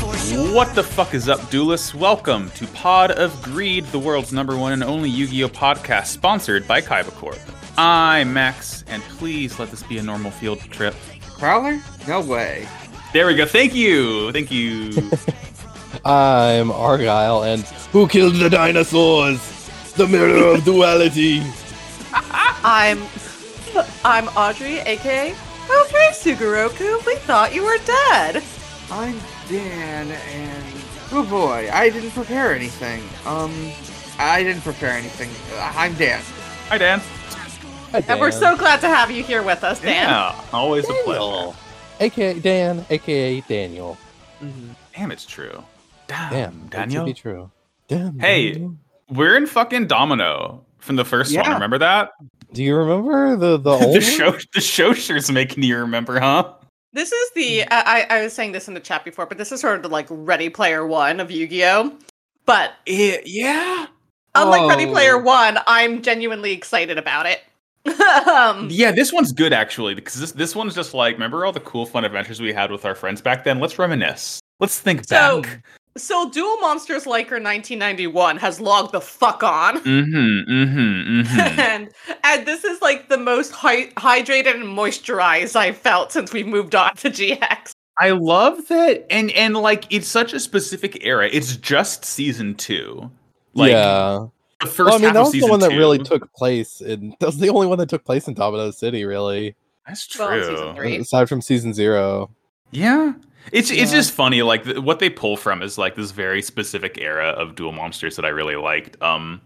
What the fuck is up, duelists? Welcome to Pod of Greed, the world's number one and only Yu Gi Oh podcast, sponsored by Kaiba Corp. I'm Max, and please let this be a normal field trip. Prowler? No way. There we go. Thank you. Thank you. I'm Argyle, and who killed the dinosaurs? The mirror of duality. I'm I'm Audrey, aka Okay, Sugaroku, we thought you were dead. I'm Dan, and oh boy, I didn't prepare anything. Um, I didn't prepare anything. Uh, I'm Dan. Hi, Dan. And we're so glad to have you here with us, Dan. Yeah, always a Daniel. pleasure. AKA Dan, AKA Daniel. Mm-hmm. Damn, it's true. Damn, Damn, that should Ah, Daniel. be true. Damn. Hey. Daniel. We're in fucking Domino from the first one. Yeah. Remember that? do you remember the the old the one? show. The show sure's making you remember, huh? This is the I, I I was saying this in the chat before, but this is sort of the like Ready Player One of Yu-Gi-Oh. But It, yeah. unlike Ready Oh. Player One, I'm genuinely excited about it. um, Mm. Yeah, this one's good actually because this this one's just like remember all the cool fun adventures we had with our friends back then. Let's reminisce. Let's think So- back. So Dual Monsters Liker 1991 has logged the fuck on. Mm-hmm. Mm-hmm. Mm-hmm. and and this is like the most hy- hydrated and moisturized I've felt since we moved on to GX. I love that, and and like it's such a specific era. It's just season two. Like yeah. the first Well, I mean, half that of was the season one that two. really took place in. That was the only one that took place in Domino City, really. That's true. Well, season three. Right. Aside from season zero. Yeah. It's it's Yeah. just funny like th- what they pull from is like this very specific era of dual monsters that I really liked. Um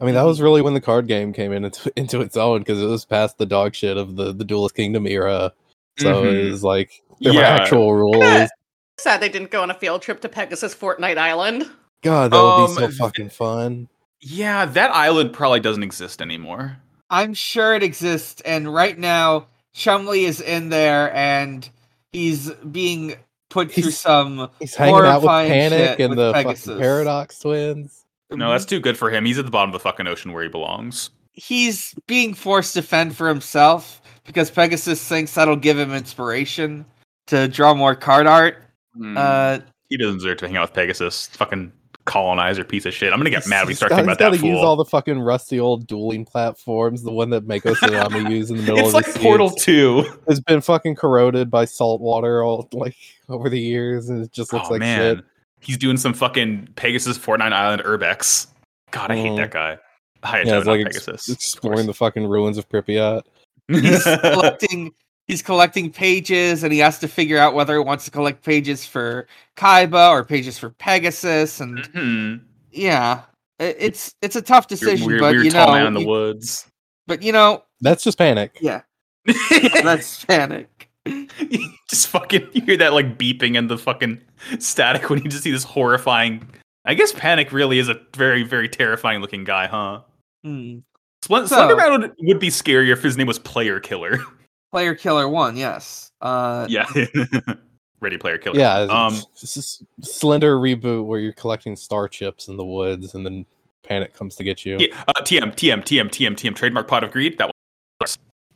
I mean, that Mm-hmm. was really when the card game came in into, into its own because it was past the dog shit of the the Duelist Kingdom era. So Mhm. it was like there were Yeah. actual rules. Sad they didn't go on a field trip to Pegasus Fortnite Island. God, that would be Um, so fucking fun. yeah, that island probably doesn't exist anymore. I'm sure it exists, and right now Chumley is in there, and he's being put through He's- some. He's hanging out with horrifying Panic shit and with the Pegasus. fucking Paradox Twins. No, that's too good for him. He's at the bottom of the fucking ocean where he belongs. He's being forced to fend for himself because Pegasus thinks that'll give him inspiration to draw more card art. Mm. Uh, he doesn't deserve to hang out with Pegasus. Fucking colonizer piece of shit. I'm gonna get He's- mad when we he's start got- talking he's about that gotta fool. use all the fucking rusty old dueling platforms, the one that Mako Sayama used in the middle it's of like his Portal seeds. 2. has been fucking corroded by salt water all like over the years and it just looks oh like man. shit. He's doing some fucking Pegasus Fortnite Island Urbex. God, I hate Mhm. that guy. Hayato, Yeah, not it's like ex- Pegasus. exploring the fucking ruins of Pripyat. he's collecting he's collecting pages and he has to figure out whether he wants to collect pages for kaiba or pages for pegasus and Mhm. yeah i- it's it's a tough Weird, decision weird, Mm-hmm. but weird you tall know man in the you- woods. but you know That's just panic. yeah that's panic You just fucking you hear that like beeping and the fucking static when you just see this horrifying. I guess Panic really is a very very terrifying looking guy, huh? Hmm. Splen- So- Slender Man would, would be scarier if his name was Player Killer. player killer one yes uh yeah, Ready Player Killer. Yeah. Um. this is slender reboot where you're collecting star chips in the woods and then panic comes to get you. yeah, uh, TM TM TM TM TM trademark pot of greed. That one.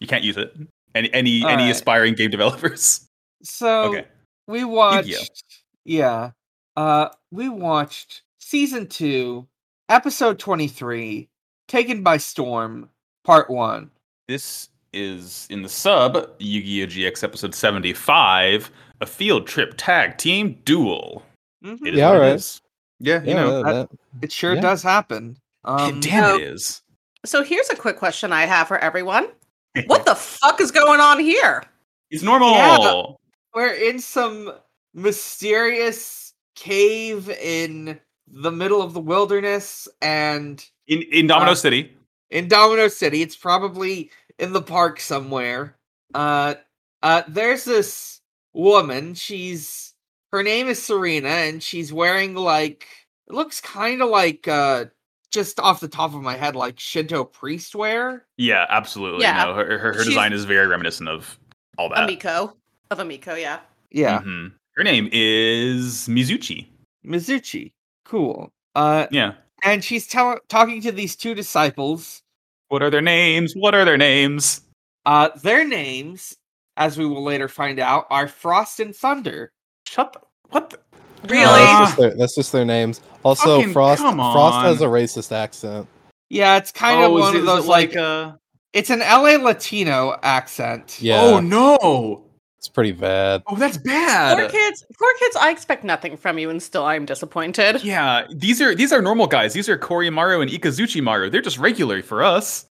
You can't use it. Any any All any right. aspiring game developers. so okay. we watched yeah uh we watched season two episode 23 taken by storm part one This is in the sub Yu-Gi-Oh GX episode 75, a field trip tag team duel. Mhm. It is Yeah, what it alright. is. Yeah, you Yeah, know. that- that- It sure Yeah. does happen. Um, Damn it is. So here's a quick question I have for everyone. What the fuck is going on here? It's normal. We're in some mysterious cave in the middle of the wilderness and In in Domino Uh, City. in Domino City. It's probably in the park somewhere. Uh, uh, there's this woman. She's her name is Serena, and she's wearing like it looks kind of like uh, just off the top of my head, like Shinto priest wear. Yeah, absolutely. Yeah. No, her her, her She's- design is very reminiscent of all that. Amiko. Of Amiko, yeah. Yeah, Mhm. Her name is Mizuchi. Mizuchi. Cool. Uh, Yeah. and she's tell- talking to these two disciples. What are their names? What are their names? Uh, their names, as we will later find out, are Frost and Thunder. Shut the, what the Oh, Really? that's, just their, that's just their names. Also, Fucking Frost come Frost has a on. racist accent. Yeah, it's kind Oh, of is one it- of is those it like, uh, it's an LA Latino accent. Yeah, Oh no! it's pretty bad. Oh, that's Poor bad. kids, poor kids. I expect nothing from you, and still I'm disappointed. Yeah, these are these are normal guys. These are Mario and Ikazuchi Mario. They're just regular for us.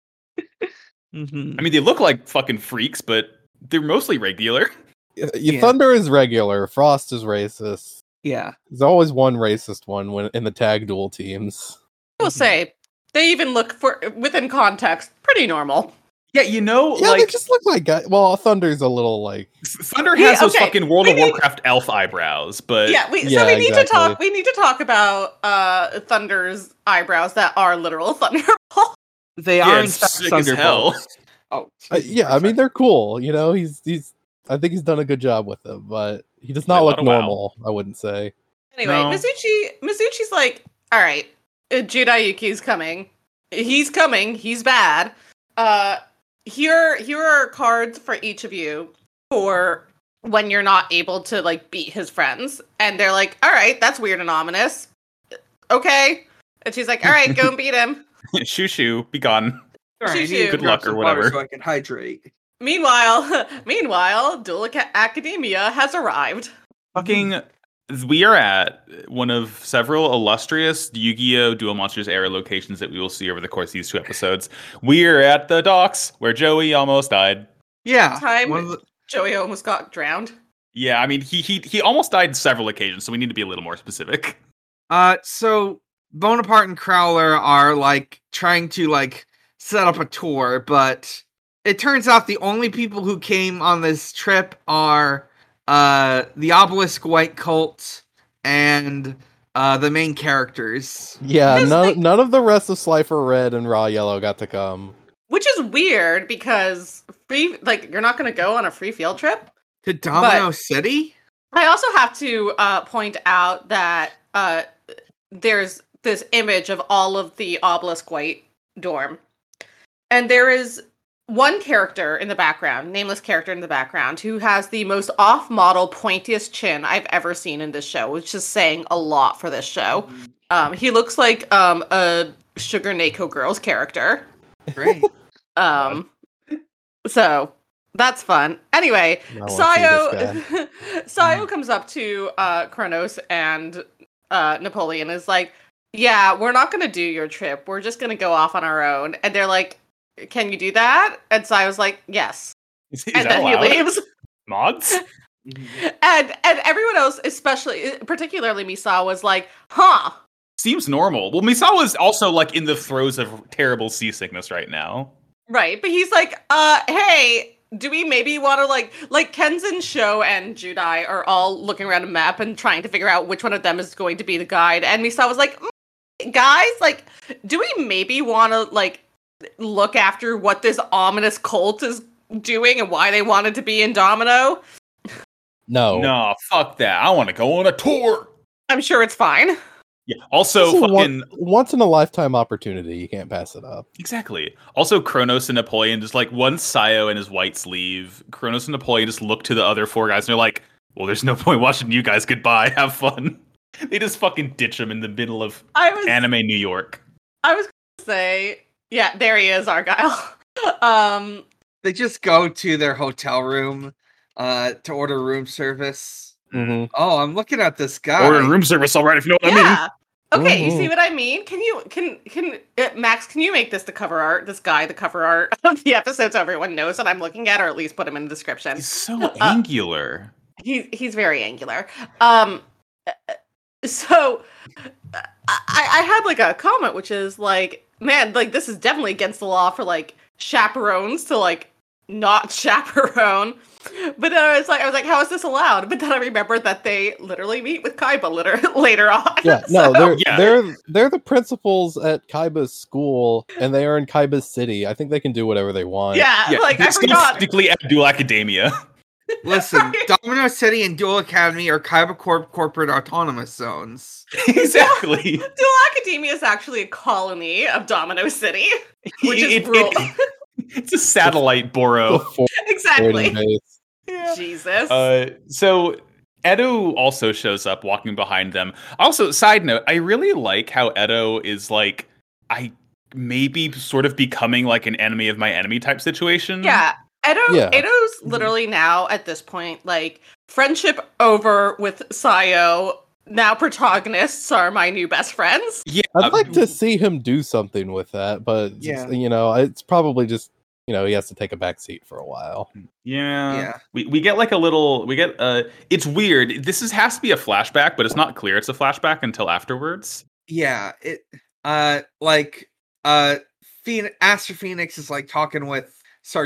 Mhm. I mean, they look like fucking freaks, but they're mostly regular. Y- Yeah. Thunder is regular. Frost is racist. Yeah. There's always one racist one when in the tag duel teams. I will say they even look for within context pretty normal. Yeah, you know, Yeah, they like just look like guys. Well, Thunder's a little like Thunder Yeah, has those okay, fucking World we of need- Warcraft elf eyebrows, but yeah, we yeah, so we need to exactly. talk. We need to talk about uh Thunder's eyebrows that are literal thunderbolt. They yeah, are in it's fact sick as hell. thunderbolts. Oh, uh, Jesus yeah. I Christ. mean, they're cool. You know, he's he's. I think he's done a good job with them, but he does not Wait, look what a wow. normal. I wouldn't say. Anyway, No. Mizuchi Mizuchi's like, all right, uh, Judayuki's coming. He's coming. He's bad. Uh, here here are cards for each of you for when you're not able to like beat his friends. And they're like, all right, that's weird and ominous. Okay. And she's like, all right, go and beat him. shoo shoo, be gone. Sorry, I Shoo-shoo. need to Good grab luck or some water whatever. So I can hydrate. Meanwhile, meanwhile, Duel Aca- Academia has arrived. Fucking, we are at one of several illustrious Yu-Gi-Oh! Duel Monsters era locations that we will see over the course of these two episodes. We are at the docks where Joey almost died. Yeah. Time- one of the- Joey almost got drowned. Yeah, I mean he he he almost died several occasions, so we need to be a little more specific. Uh, so Bonaparte and Crowler are like trying to like set up a tour, but it turns out the only people who came on this trip are uh the obelisk white cult and uh the main characters. Yeah, Because, none, like- none of the rest of Slifer Red and Raw Yellow got to come. Which is weird because free like you're not gonna go on a free field trip. To Domino City? I also have to uh, point out that uh, there's this image of all of the obelisk white dorm, and there is one character in the background, nameless character in the background, who has the most off-model, pointiest chin I've ever seen in this show, which is saying a lot for this show. Um, he looks like um, a Sugar Nako Girls character. Great. Um, so that's fun. Anyway, I wanna see this guy. Mm-hmm. Sayo Sayo comes up to uh Kronos and uh Napoleon is like, "Yeah, we're not going to do your trip. We're just going to go off on our own." And they're like, "Can you do that?" And Sayo's like, "Yes." Is, is and that then he allowed? leaves. Mods? And and everyone else, especially particularly Misa was like, "Huh." Seems normal. Well, Misawa's also like in the throes of terrible seasickness right now. Right, but he's like, uh, hey, do we maybe want to like like Kenzen Show and Judai are all looking around a map and trying to figure out which one of them is going to be the guide. And Misa was like, "Mm, guys, like, do we maybe want to like look after what this ominous cult is doing and why they wanted to be in Domino? No, Nah, fuck that. I want to go on a tour. I'm sure it's fine. Yeah. This Also, is a fucking one- once in a lifetime opportunity. You can't pass it up. Exactly. Also, Kronos and Napoleon just like once Sayo and his whites leave, Kronos and Napoleon just look to the other four guys and they're like, "Well, there's no point watching you guys. Goodbye. Have fun." They just fucking ditch him in the middle of I was anime New York. I was gonna say, yeah, there he is, Argyle. um, they just go to their hotel room uh to order room service. Oh, I'm looking at this guy. Ordering room service, all right. If you know what I mean. mm-hmm. yeah. Okay, you see Mhm. what I mean? Can you can can uh, Max? Can you make this the cover art? This guy, the cover art of the episode, so everyone knows what I'm looking at, or at least put him in the description. He's so angular. He he's very angular. Um, uh, so uh, I I had like a comment, which is like, man, like this is definitely against the law for like chaperones to like not chaperone. But then I was like, I was like, how is this allowed? But then I remembered that they literally meet with Kaiba later later on. Yeah, no, So- they're Yeah. they're they're the principals at Kaiba's school, and they are in Kaiba's city. I think they can do whatever they want. Yeah, like I it's forgot. basically at Dual Academia. Listen, Domino City and Dual Academy are Kaiba Corp corporate autonomous zones. exactly. Dual Academia is actually a colony of Domino City, which is It- it- rule. it's a satellite borough. Before they're in exactly. base. Jesus. Uh, so Edo also shows up walking behind them. Also, side note, I really like how Edo is like, I maybe sort of becoming like an enemy of my enemy type situation. Yeah. Mm-hmm. Edo Yeah. Edo's literally now at this point like friendship over with Sayo. Now protagonists are my new best friends. Yeah. Um, I'd like to see him do something with that, but Yeah. you know, it's probably just you know he has to take a back seat for a while. Yeah. Yeah. We we get like a little we get uh it's weird. This is has to be a flashback, but it's not clear it's a flashback until afterwards. yeah it uh like uh Phoen- Astro Phoenix is like talking with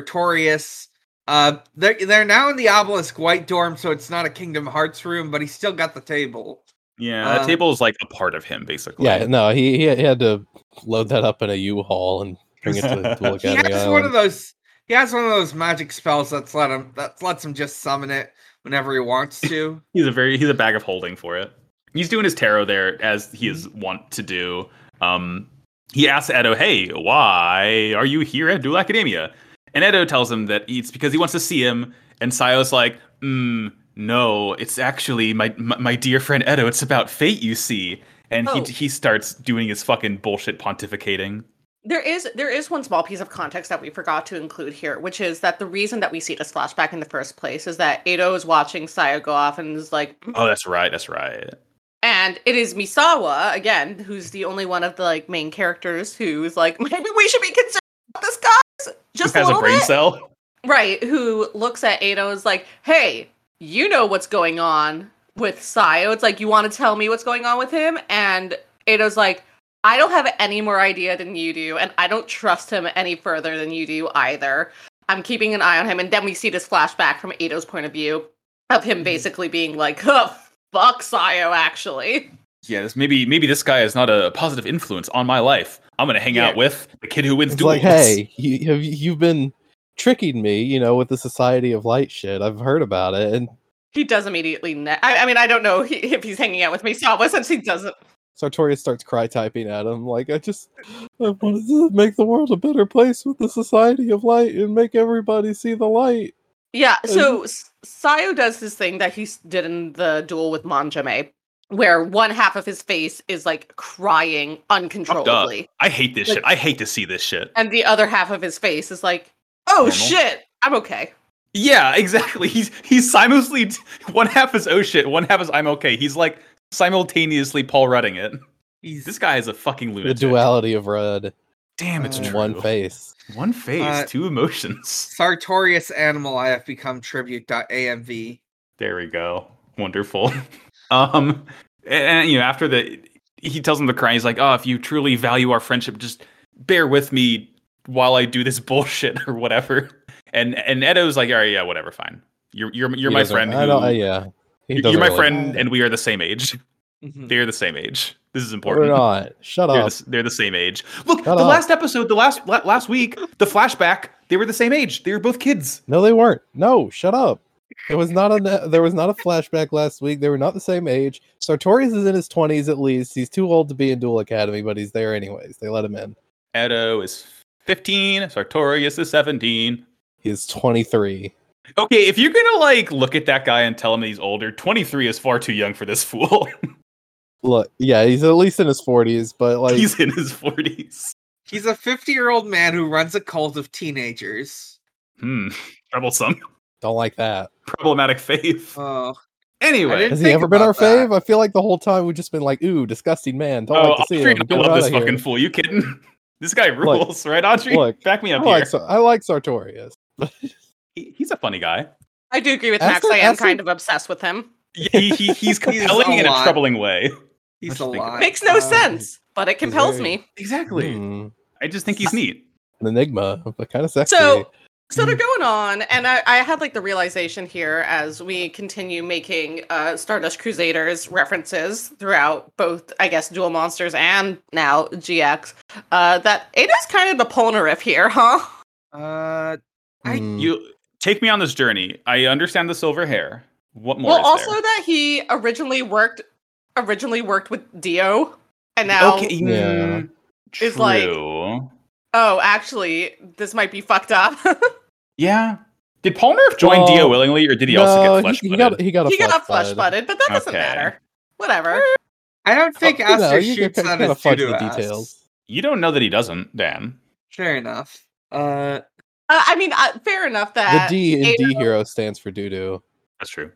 Sartorius uh they're they're now in the obelisk white dorm so it's not a Kingdom Hearts room but he's still got the table Yeah. Uh, that table is like a part of him basically. Yeah, no, he he had to load that up in a U-Haul and bring it to, to look he at has one of those he has one of those magic spells that's let him that lets him just summon it whenever he wants to He's a very he's a bag of holding for it. He's doing his tarot there as he is Mm-hmm. wont to do. Um he asks Edo, "Hey, why are you here at Dual Academia?" And Edo tells him that it's because he wants to see him. And Sayo's like, mm, "No, it's actually my, my my dear friend Edo. It's about fate, you see." And Oh. he he starts doing his fucking bullshit pontificating. There is there is one small piece of context that we forgot to include here, which is that the reason that we see this flashback in the first place is that Edo is watching Sayo go off and is like, Oh, that's right, that's right. and it is Misawa again, who's the only one of the like main characters who's like, maybe we should be concerned about this guy just Who a has a little brain bit, cell? right? Who looks at Edo and is like, hey, you know what's going on with Sayo? It's like you want to tell me what's going on with him, and Edo's like. I don't have any more idea than you do, and I don't trust him any further than you do either. I'm keeping an eye on him, and then we see this flashback from Edo's point of view of Mm-hmm. him basically being like, oh, fuck Sayo, actually. Yeah, this, maybe maybe this guy is not a positive influence on my life. I'm gonna hang Yeah. out with the kid who wins It's duels. like, hey, you, have you, you've been tricking me, you know, with the Society of Light shit. I've heard about it, and He does immediately. Ne- I, I mean, I don't know he, if he's hanging out with me, Sawa, since he doesn't. Sartorius starts cry typing at him, like, I just I wanted to make the world a better place with the Society of Light and make everybody see the light. Yeah, so S- Sayo does this thing that he s- did in the duel with Manjame, where one half of his face is like crying uncontrollably, I hate this Like- shit. I hate to see this shit. and the other half of his face is like, oh Normal. shit, I'm okay. Yeah, exactly. He's he's simultaneously one half is oh shit, one half is I'm okay. He's like simultaneously Paul Rudding it. he's This guy is a fucking lunatic. The duality of red Damn, it's in Uh, true. one face. One face, Uh, two emotions. Sartorius Animal I have become tribute.amv There we go. Wonderful. um, and, and, you know, after the he tells him to cry. He's like, oh, if you truly value our friendship, just bear with me while I do this bullshit or whatever. And and Edo's like, all right, yeah, whatever, fine. You're you're you're He my doesn't- friend. I who- don't, I- yeah. He You're doesn't my really- friend, and we are the same age. Mhm. They're the same age. This is We're important. not. Shut They're up. the, they're the same age. Look, Shut the up. last episode, the last la- last week, the flashback. They were the same age. They were both kids. No, they weren't. No, shut up. It was not a there was not a flashback last week. They were not the same age. Sartorius is in his twenties at least. He's too old to be in Dual Academy, but he's there anyways. They let him in. Edo is fifteen. Sartorius is seventeen. He's twenty three. Okay, if you're gonna like look at that guy and tell him he's older, twenty three is far too young for this fool. Look, yeah, he's at least in his forties, but like he's in his forties. he's a 50 year old man who runs a cult of teenagers Hmm, troublesome, don't like that. problematic Uh, faith. oh Anyway, didn't- Has he think ever been about our that. fave? I feel like the whole time we've just been like, ooh, disgusting man. Don't oh, like to see Audrey, him. I Get him love out this of here. fucking fool. You kidding? This guy rules, right, Audrey? look, Back me I up here. like, Sa- I like Sartorius. He- he's a funny guy. I do agree with Ask Max. him- I am ask him- kind of obsessed with him. he, he, he's compelling a in a lot. troubling way. he's Let's a think about lot Makes no Uh, sense, but it compels very- me. Exactly. Hmm, I just think he's neat. an enigma, but kind of sexy. So, so they're Mm-hmm. going on, and I, I had like the realization here as we continue making uh, Stardust Crusaders references throughout both, I guess, Dual Monsters and now GX. Uh, that it is kind of the Polnareff here, huh? uh I- Hmm. You take me on this journey. I understand the silver hair. What more? well, is also there? that he originally worked originally worked with Dio, and now okay, Yeah. mm, It's like- true. oh, actually, this might be fucked up. yeah. Did Paul Nerf join Well, Dio willingly, or did he also No, get flesh he, he got butted? he got a he flesh got flesh bud. butted, but that doesn't Okay. matter. Whatever. I don't think You know, Aster Oh, you shoots can on kinda his fudge due the to us. details. You don't know that he doesn't, Dan. Fair enough. Uh, Uh, I mean, uh, fair enough The that D in D Ada- hero stands for doo doo. That's true.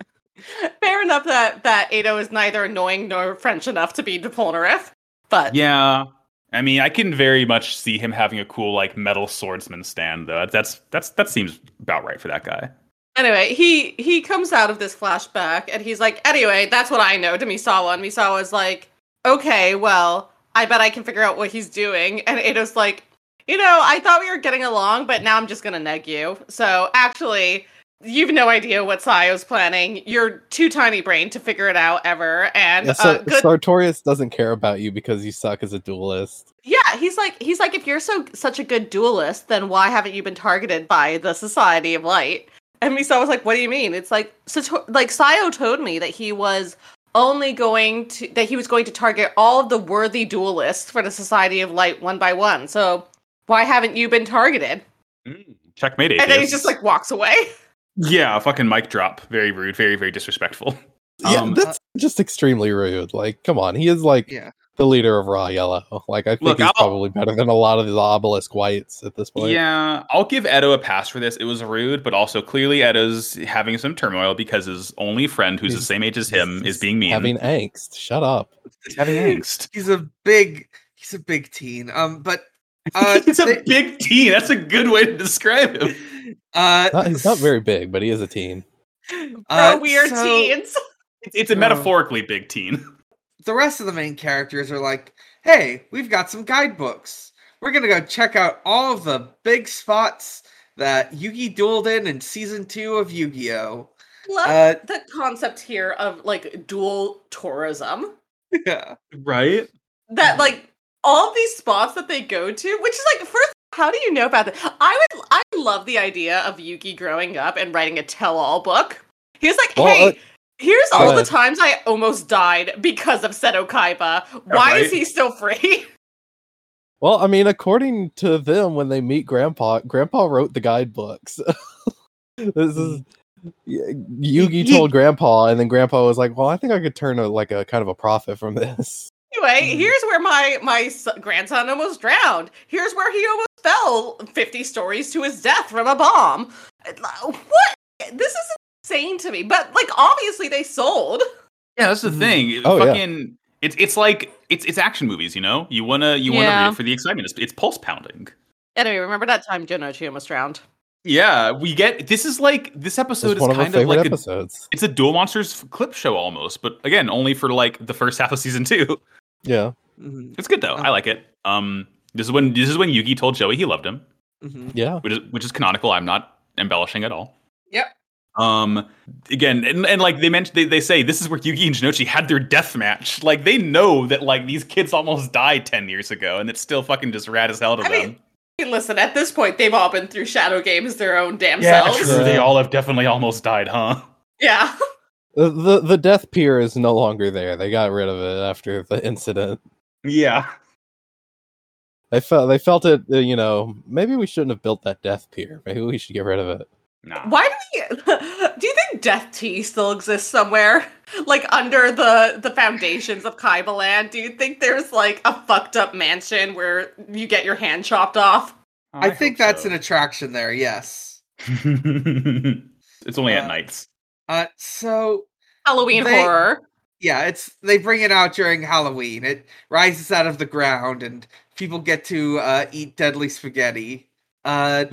fair enough that that Ado is neither annoying nor French enough to be Depolnareff. But Yeah. I mean, I can very much see him having a cool like metal swordsman stand though. That's that's that seems about right for that guy. anyway, he he comes out of this flashback and he's like, anyway, that's what I know to Misawa, and Misawa's like, okay, well, I bet I can figure out what he's doing, and Ado's like, you know, I thought we were getting along, but now I'm just gonna neg you. So actually. You've no idea what Sayo's planning. You're too tiny brain to figure it out ever. And Yeah, uh, Sar- good Sartorius doesn't care about you because you suck as a duelist. Yeah, he's like he's like if you're so such a good duelist, then why haven't you been targeted by the Society of Light? And Misa was like, "What do you mean?" It's like Sato- like Sayo told me that he was only going to that he was going to target all of the worthy duelists for the Society of Light one by one. So why haven't you been targeted? Checkmate. Mm. And then he atheist. just like walks away. yeah, fucking mic drop. Very rude. Very very disrespectful. yeah, Um, that's just extremely rude. Like, come on, he is like uh, yeah. the leader of Raw Yellow. Like, I think Look, he's I'll- probably better than a lot of the obelisk whites at this point. Yeah, I'll give Edo a pass for this. It was rude, but also clearly Edo's having some turmoil because his only friend, who's the He's- same age as him, is being mean. having angst. Shut up. He's having angst. He's a big, he's a big teen. Um, but uh, He's a they- big T. That's a good way to describe him. uh, Not, he's not very big, but he is a teen. Uh, Bro, we are so- teens. It's- It's a No. Oh. metaphorically big teen. the rest of the main characters are like, hey, we've got some guidebooks. We're going to go check out all of the big spots that Yugi dueled in in season two of Yu Gi Oh! Love Uh, the concept here of like dual tourism. yeah. Right? that like all these spots that they go to, which is like first, how do you know about that? I would I love the idea of Yuki growing up and writing a tell-all book. He was like, Well, hey. uh, Here's all the ahead. times I almost died because of Seto Kaiba. Why right. is he still free? Well, I mean, according to them, when they meet Grandpa, Grandpa wrote the guidebooks. this is Mm. Y- Yugi Ye- told Grandpa, and then Grandpa was like, "Well, I think I could turn a like a kind of a profit from this." anyway, Mhm. Mm-hmm. here's where my my s- grandson almost drowned. Here's where he almost fell 50 stories to his death from a bomb. What? This is insane to me. But like obviously they sold. Yeah, that's the Mhm. thing. It Oh, yeah. fucking it's it's like it's it's action movies, you know? You wanna you wanna Yeah. read it for the excitement. It's, it's pulse pounding. Anyway, remember that time Jinochi almost drowned? Yeah, we get this is like this So episode it's is one of our kind of favorite like a, episodes. it's a Duel Monsters f- clip show almost, but again, only for like the first half of season two. Yeah, Mhm, It's good though. Oh. I like it. Um this is when this is when Yugi told Joey he loved him, mhm. yeah. which is which is canonical. I'm not embellishing at all. Yep. Um again, and, and like they mentioned they, they say this is where Yugi and Jinochi had their death match. Like they know that like these kids almost died ten years ago and it's still fucking just rad as hell to I them. mean, Listen, at this point, they've all been through shadow games their own damn yeah, selves. true. They Yeah. all have definitely almost died, huh? Yeah. The, the the death pier is no longer there. They got rid of it after the incident. Yeah. They felt they felt it. uh, You know, maybe we shouldn't have built that death pier. Maybe we should get rid of it. Nah. Why do we? Do you think Death Tea still exists somewhere, like under the the foundations of Kaiba Land? Do you think there's like a fucked up mansion where you get your hand chopped off? I, think that's an attraction there, yes. an. it's only at Uh, nights. Uh, so, Halloween They- horror. yeah, it's they bring it out during Halloween. It rises out of the ground, and people get to uh, eat deadly spaghetti. Uh,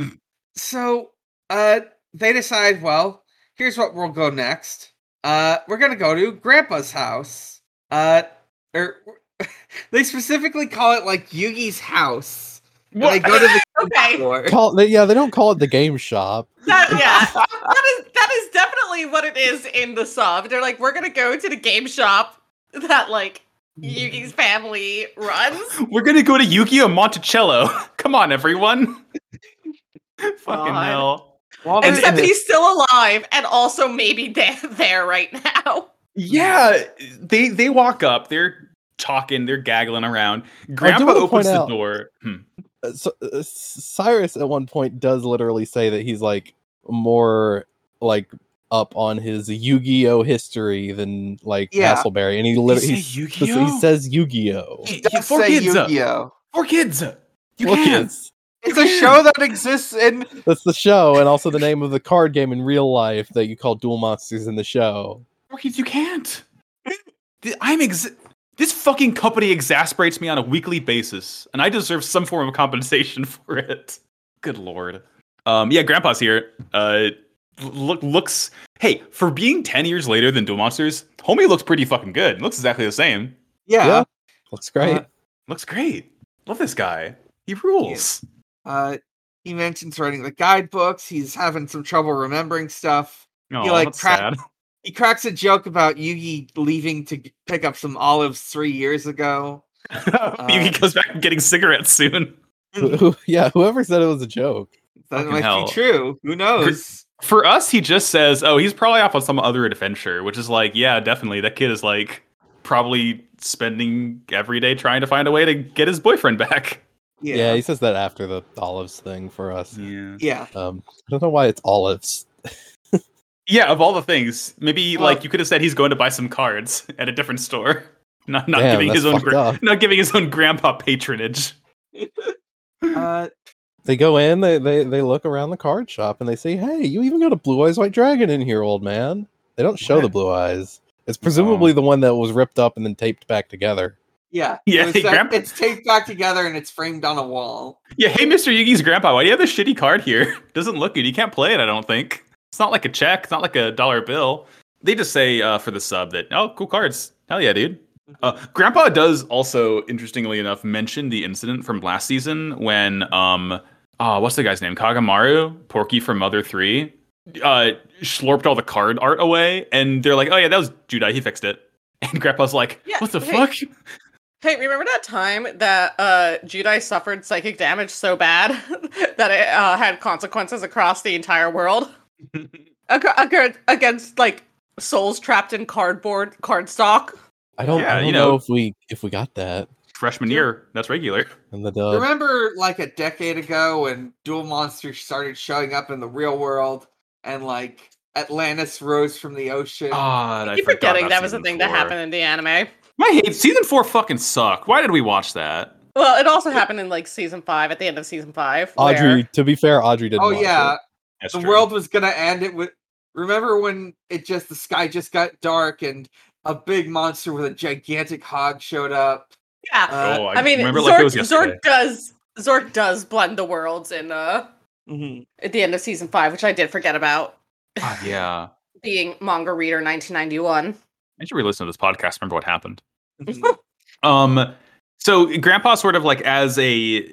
so uh, they decide, well, here's what we'll go next. Uh, we're gonna go to Grandpa's house. Uh, or they specifically call it like Yugi's house. And They go to the Okay, store. Call they, yeah. They don't call it the game shop. that yeah, that is that is definitely what it is in the sub. They're like, we're gonna go to the game shop that like Yugi's family runs. We're gonna go to Yukio Monticello. Come on, everyone. Fucking God. hell. Well, And- Except and- he's still alive and also maybe de- there right now. Yeah, they they walk up. They're talking. They're gaggling around. Grandpa wanna opens point the out- door. Hmm. Uh, so, uh, S- Cyrus at one point does literally say that he's like more like up on his Yu-Gi-Oh history than like Yeah. Castleberry, and he literally He he, say he Yu-Gi-Oh? says Yu-Gi-Oh. He- He he- does four say kids up. Yu-Gi-Oh. Four kids. You Look, can. it's- It's You a can. show that exists in That's the show, and also the name of the card game in real life that you call Duel Monsters in the show. Four kids. You can't. Th- I'm ex. This fucking company exasperates me on a weekly basis, and I deserve some form of compensation for it. Good lord. Um. Yeah. Grandpa's here. Uh. l- Look. Looks. Hey, for being ten years later than Duel Monsters, Homie looks pretty fucking good. Looks exactly the same. yeah. Yeah. Looks great. Uh, Looks great. Love this guy. He rules. Uh, he mentions writing the guidebooks. He's having some trouble remembering stuff. No, He, like, that's pra- sad. He cracks a joke about Yugi leaving to g- pick up some olives three years ago. Yugi Uh, goes back and getting cigarettes soon. Who- who- yeah, whoever said it was a joke. That Fucking might hell. be true. Who knows? For us, he just says, "Oh, he's probably off on some other adventure," which is like, yeah, definitely. That kid is like probably spending every day trying to find a way to get his boyfriend back. Yeah. he says that after the olives thing for us. Yeah. Yeah. Um, I don't know why it's olives. Yeah, of all the things, maybe Well- like you could have said he's going to buy some cards at a different store, not not Damn, giving that's his own fucked gra- up. not giving his own grandpa patronage. Uh, They go in, they, they they look around the card shop, and they say, "Hey, you even got a blue eyes white dragon in here, old man." They don't show the What? blue eyes. It's presumably Oh. the one that was ripped up and then taped back together. yeah. Yeah, It's, hey, that- Grandpa- it's taped back together and it's framed on a wall. Yeah, hey, Mr. Yugi's grandpa, why do you have this shitty card here? Doesn't look good. You can't play it, I don't think. It's not like a check. It's not like a dollar bill. They just say uh, for the sub that, oh, cool cards. Hell yeah, dude. Uh, grandpa does also, interestingly enough, mention the incident from last season when, um, oh, what's the guy's name? Kagamaru, Porky from Mother 3, uh, slurped all the card art away. And they're like, oh, yeah, that was Judai. He fixed it. And grandpa's like, Yeah, what the hey. fuck? Hey, remember that time that uh, Judai suffered psychic damage so bad that it uh, had consequences across the entire world? Ac- ac- against, like, souls trapped in cardboard, cardstock? I don't, Yeah, I don't you know know. if we if we got that Freshman year. That's regular. in the Uh, dub. Remember, like a decade ago, when dual monsters started showing up in the real world, and like Atlantis rose from the ocean. God, I keep forgot forgetting about that was a season thing that four. happened in the anime. I hate season four. Fucking sucked. Why did we watch that? Well, it also happened in, like, season five, at the end of season five. Audrey, where- to be fair, Audrey didn't. oh watch yeah, it. That's the world was gonna end. It would. Remember when it just the sky just got dark and a big monster with a gigantic hog showed up. Yeah. Uh, oh, I, I, mean, remember Zork, like it was yesterday. Zork does Zork does blend the worlds in uh mhm. at the end of season five, which I did forget about Ah, yeah, being manga reader 1991. I should re-listen to this podcast. Remember what happened. Mhm. Um, so Grandpa sort of like as a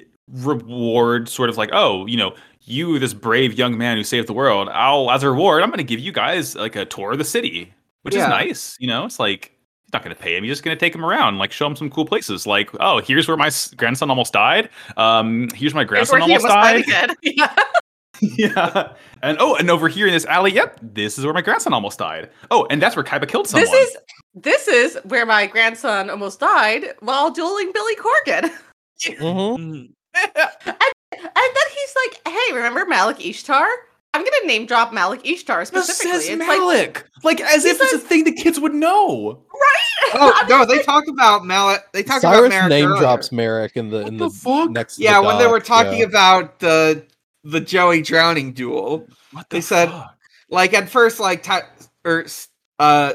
reward, sort of like, oh, you know, you this brave young man who saved the world. I'll as a reward, I'm going to give you guys like a tour of the city, which Yeah. is nice. You know, it's like. he's Not going to pay him. You're just going to take him around, like show him some cool places. Like, oh, here's where my s- grandson almost died. Um, here's my It's grandson where he almost almost died. died again. Yeah. yeah. And oh, and over here in this alley, yep, this is where my grandson almost died. Oh, and that's where Kaiba killed someone. This is this is where my grandson almost died while dueling Billy Corgan. Mhm. Mhm. and, and then he's like, "Hey, remember Malik Ishtar? I'm gonna name drop Malik Ishtar Who specifically." says It's like- Malik. Like, as He if it's a thing the kids would know. Oh no, they talk about Mallet. They talk Cyrus about Merrick name earlier. drops Merrick in the What in the the, fuck? next. Yeah, when they were talking about. about the the Joey drowning duel. What They said- fuck? like at first like Ty- or uh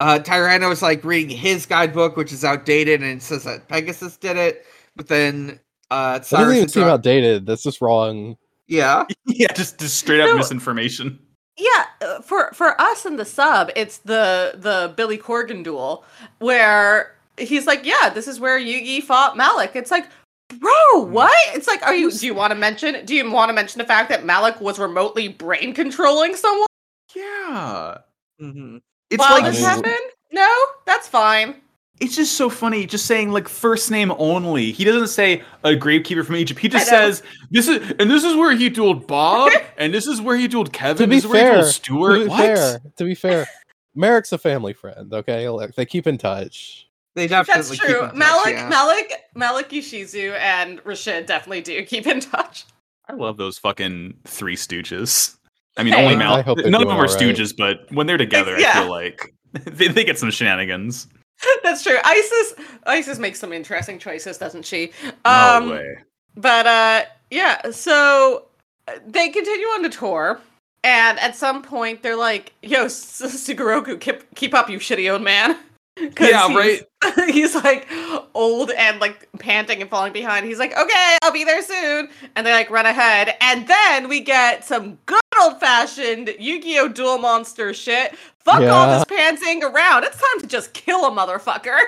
uh Tyranno was like reading his guidebook which is outdated and it says that Pegasus did it but then uh That doesn't Cyrus even seem interrupt- outdated. That's just wrong. yeah yeah, just, just straight up No. misinformation. Yeah, uh, for for us in the sub, it's the the Billy Corgan duel where he's like, "Yeah, this is where Yugi fought Malik." It's like, bro, Mm. what? It's like, are you? Do you want to mention? Do you want to mention the fact that Malik was remotely brain controlling someone Yeah. Mm-hmm. hmm It's while like this I mean- happened? No, that's fine. it's just so funny just saying like first name only he doesn't say a gravekeeper from egypt he just I know. says this is and this is where he dueled bob and this is where he dueled kevin To be this is where fair, he dueled stuart to be what fair, to be fair, Merrick's a family friend. Okay, like they keep in touch. they That's definitely keep true. in touch, Malik, yeah. Malik, Malik Yushizu and Rashid definitely do keep in touch. i love those fucking three stooges I mean, Hey. only I Mal. hope they're None of doing them are all right. stooges, but when they're together, Yeah. I feel like they, they get some shenanigans. That's true. Isis Isis makes some interesting choices, doesn't she? Um, no way. But uh yeah, so uh, they continue on the tour and at some point they're like, "Yo, S- Sugoroku, keep keep up, you shitty old man." 'Cause Yeah, he's- he's like old and like panting and falling behind. He's like, "Okay, I'll be there soon." And they like run ahead, and then we get some good old-fashioned Yu-Gi-Oh duel monster shit. Fuck all Yeah. this pantsing around. It's time to just kill a motherfucker.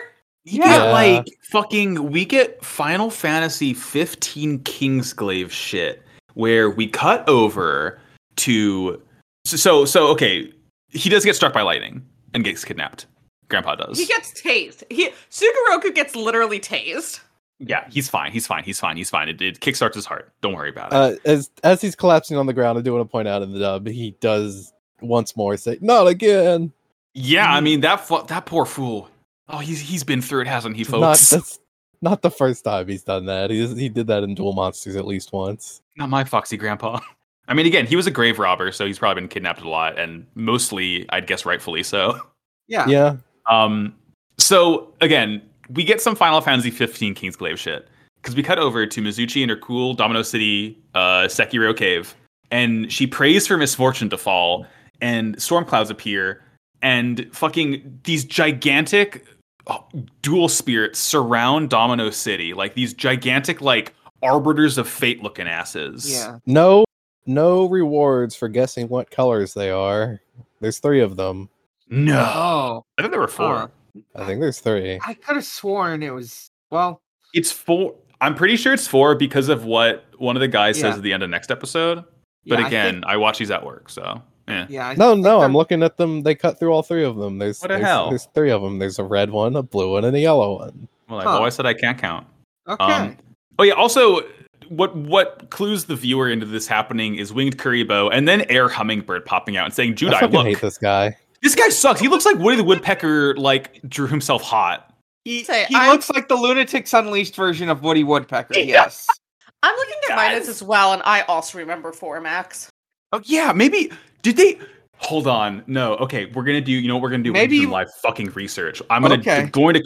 You get Yeah. like fucking we get Final Fantasy 15 Kingsglaive shit where we cut over to so so, so okay, he does get struck by lightning and gets kidnapped. Grandpa does. He gets tased. He Sugoroku gets literally tased. yeah, he's fine. He's fine. He's fine. He's fine. It, it kickstarts his heart. Don't worry about it. Uh, as as he's collapsing on the ground, I do want to point out in the dub he does once more say "Not again." yeah, Mm-hmm. I mean that fu- that poor fool. Oh, he's he's been through it, hasn't he, Not folks? Not, that's not the first time he's done that. He he did that in Duel Monsters at least once. my foxy grandpa. I mean, again, he was a grave robber, so he's probably been kidnapped a lot, and mostly, I'd guess, rightfully so. Ah. Yeah. Yeah, Um, so again, we get some Final Fantasy 15 Kingsglaive shit because we cut over to Mizuchi in her cool Domino City uh, Sekiro cave, and she prays for misfortune to fall, and storm clouds appear, and fucking these gigantic oh, dual spirits surround Domino City, like these gigantic like arbiters of fate looking asses. Yeah. no no rewards for guessing what colors they are. There's three of them. No, Oh, I think there were four. Huh. I think there's three. I could have sworn it was. Well, It's four. I'm pretty sure it's four because of what one of the guys Yeah. says at the end of next episode. yeah, But I again, I, think- watch these at work, so eh. yeah. I No, think no, they're- I'm looking at them. They cut through all three of them. There's What the there's, hell? there's three of them. There's a red one, a blue one, and a yellow one. Well, I've Huh. always said I can't count. Okay. Um, Oh yeah. Also, what what clues the viewer into this happening is winged Kuribo and then air hummingbird popping out and saying, "Dude, I I fucking look. hate This. this guy. guy sucks. He looks like Woody the Woodpecker. Like drew himself hot. he Say, he I'm- looks like the Lunatics Unleashed version of Woody Woodpecker. Yeah. Yes. I'm looking at Guys. minus as well, and I also remember four max. Oh yeah. Maybe did they? Hold on. No. Okay. We're gonna do. You know what we're gonna do? We're gonna Maybe- do live fucking research. I'm gonna Okay. I'm going to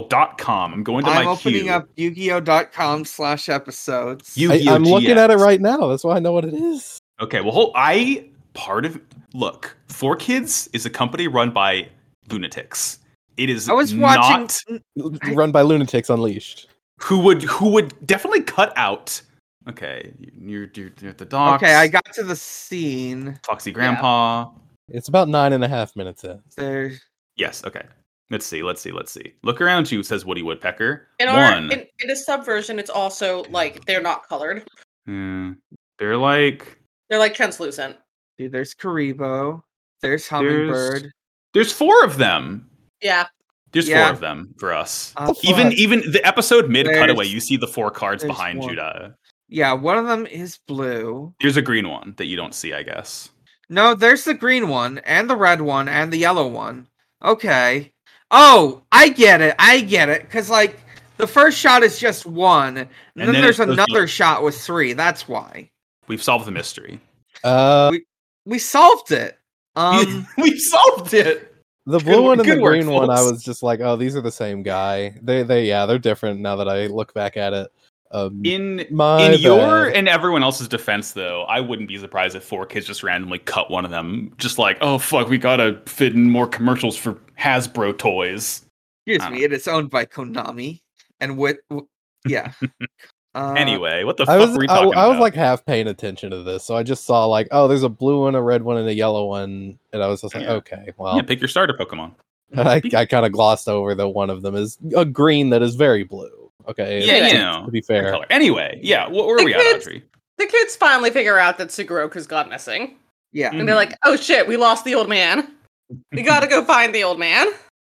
Crunchyroll.com. I'm going to I'm my opening queue. up Yu-Gi-Oh.com slash episodes. Yu- I, I'm looking at it UGS. right now. That's why I know what it is. Okay, well, hold, I part of look. Four Kids is a company run by lunatics. It is I was watching. not I- Run by lunatics unleashed. who would who would definitely cut out. Okay, you're you're, you're at the docs. Okay, I got to the scene. Foxy Grandpa. It's about nine and a half minutes in. There's Yes. Okay. Let's see. Let's see. Let's see. Look around you, says Woody Woodpecker. In our One. in, in the sub version, it's also like they're not colored; Hmm. they're like they're like translucent. dude, there's Karibo. There's Hummingbird. there's four of them. Yeah, There's Yeah. four of them for us. Uh, the even fuck? even the episode mid There's- cutaway, you see the four cards there's behind four. Judah. yeah, one of them is blue. Here's a green one that you don't see, I guess. No, there's the green one and the red one and the yellow one. Okay. Oh, I get it. I get it. Cause like the first shot is just one, and, then, then there's it goes to- another shot with three. That's why We've solved the mystery. Uh, we solved it. Um, We've solved it. the Good blue wo- one and the good work, green one. I folks. was just like, oh, these are the same guy. They, they, yeah, they're different now that I look back at it. Um, In my in your bad. and everyone else's defense, though, I wouldn't be surprised if four kids just randomly cut one of them, just like, oh fuck, we gotta fit in more commercials for Hasbro toys. excuse I me. It is owned by Konami, and with w- yeah. Uh, anyway, what the I fuck was were you I, talking I was about? like half paying attention to this, so I just saw like, oh, there's a blue one, a red one, and a yellow one, and I was just like, Yeah. okay, well, yeah, pick your starter Pokemon. And I, I kind of glossed over that one of them is a green that is very blue. Okay, Yeah, you to, know, to be fair, Color. Anyway, yeah, what were The we at, kids- Audrey? the kids finally figure out that Sugoroku's gone missing, Yeah. and they're Mm-hmm. like, "Oh shit, we lost the old man. We gotta go find the old man."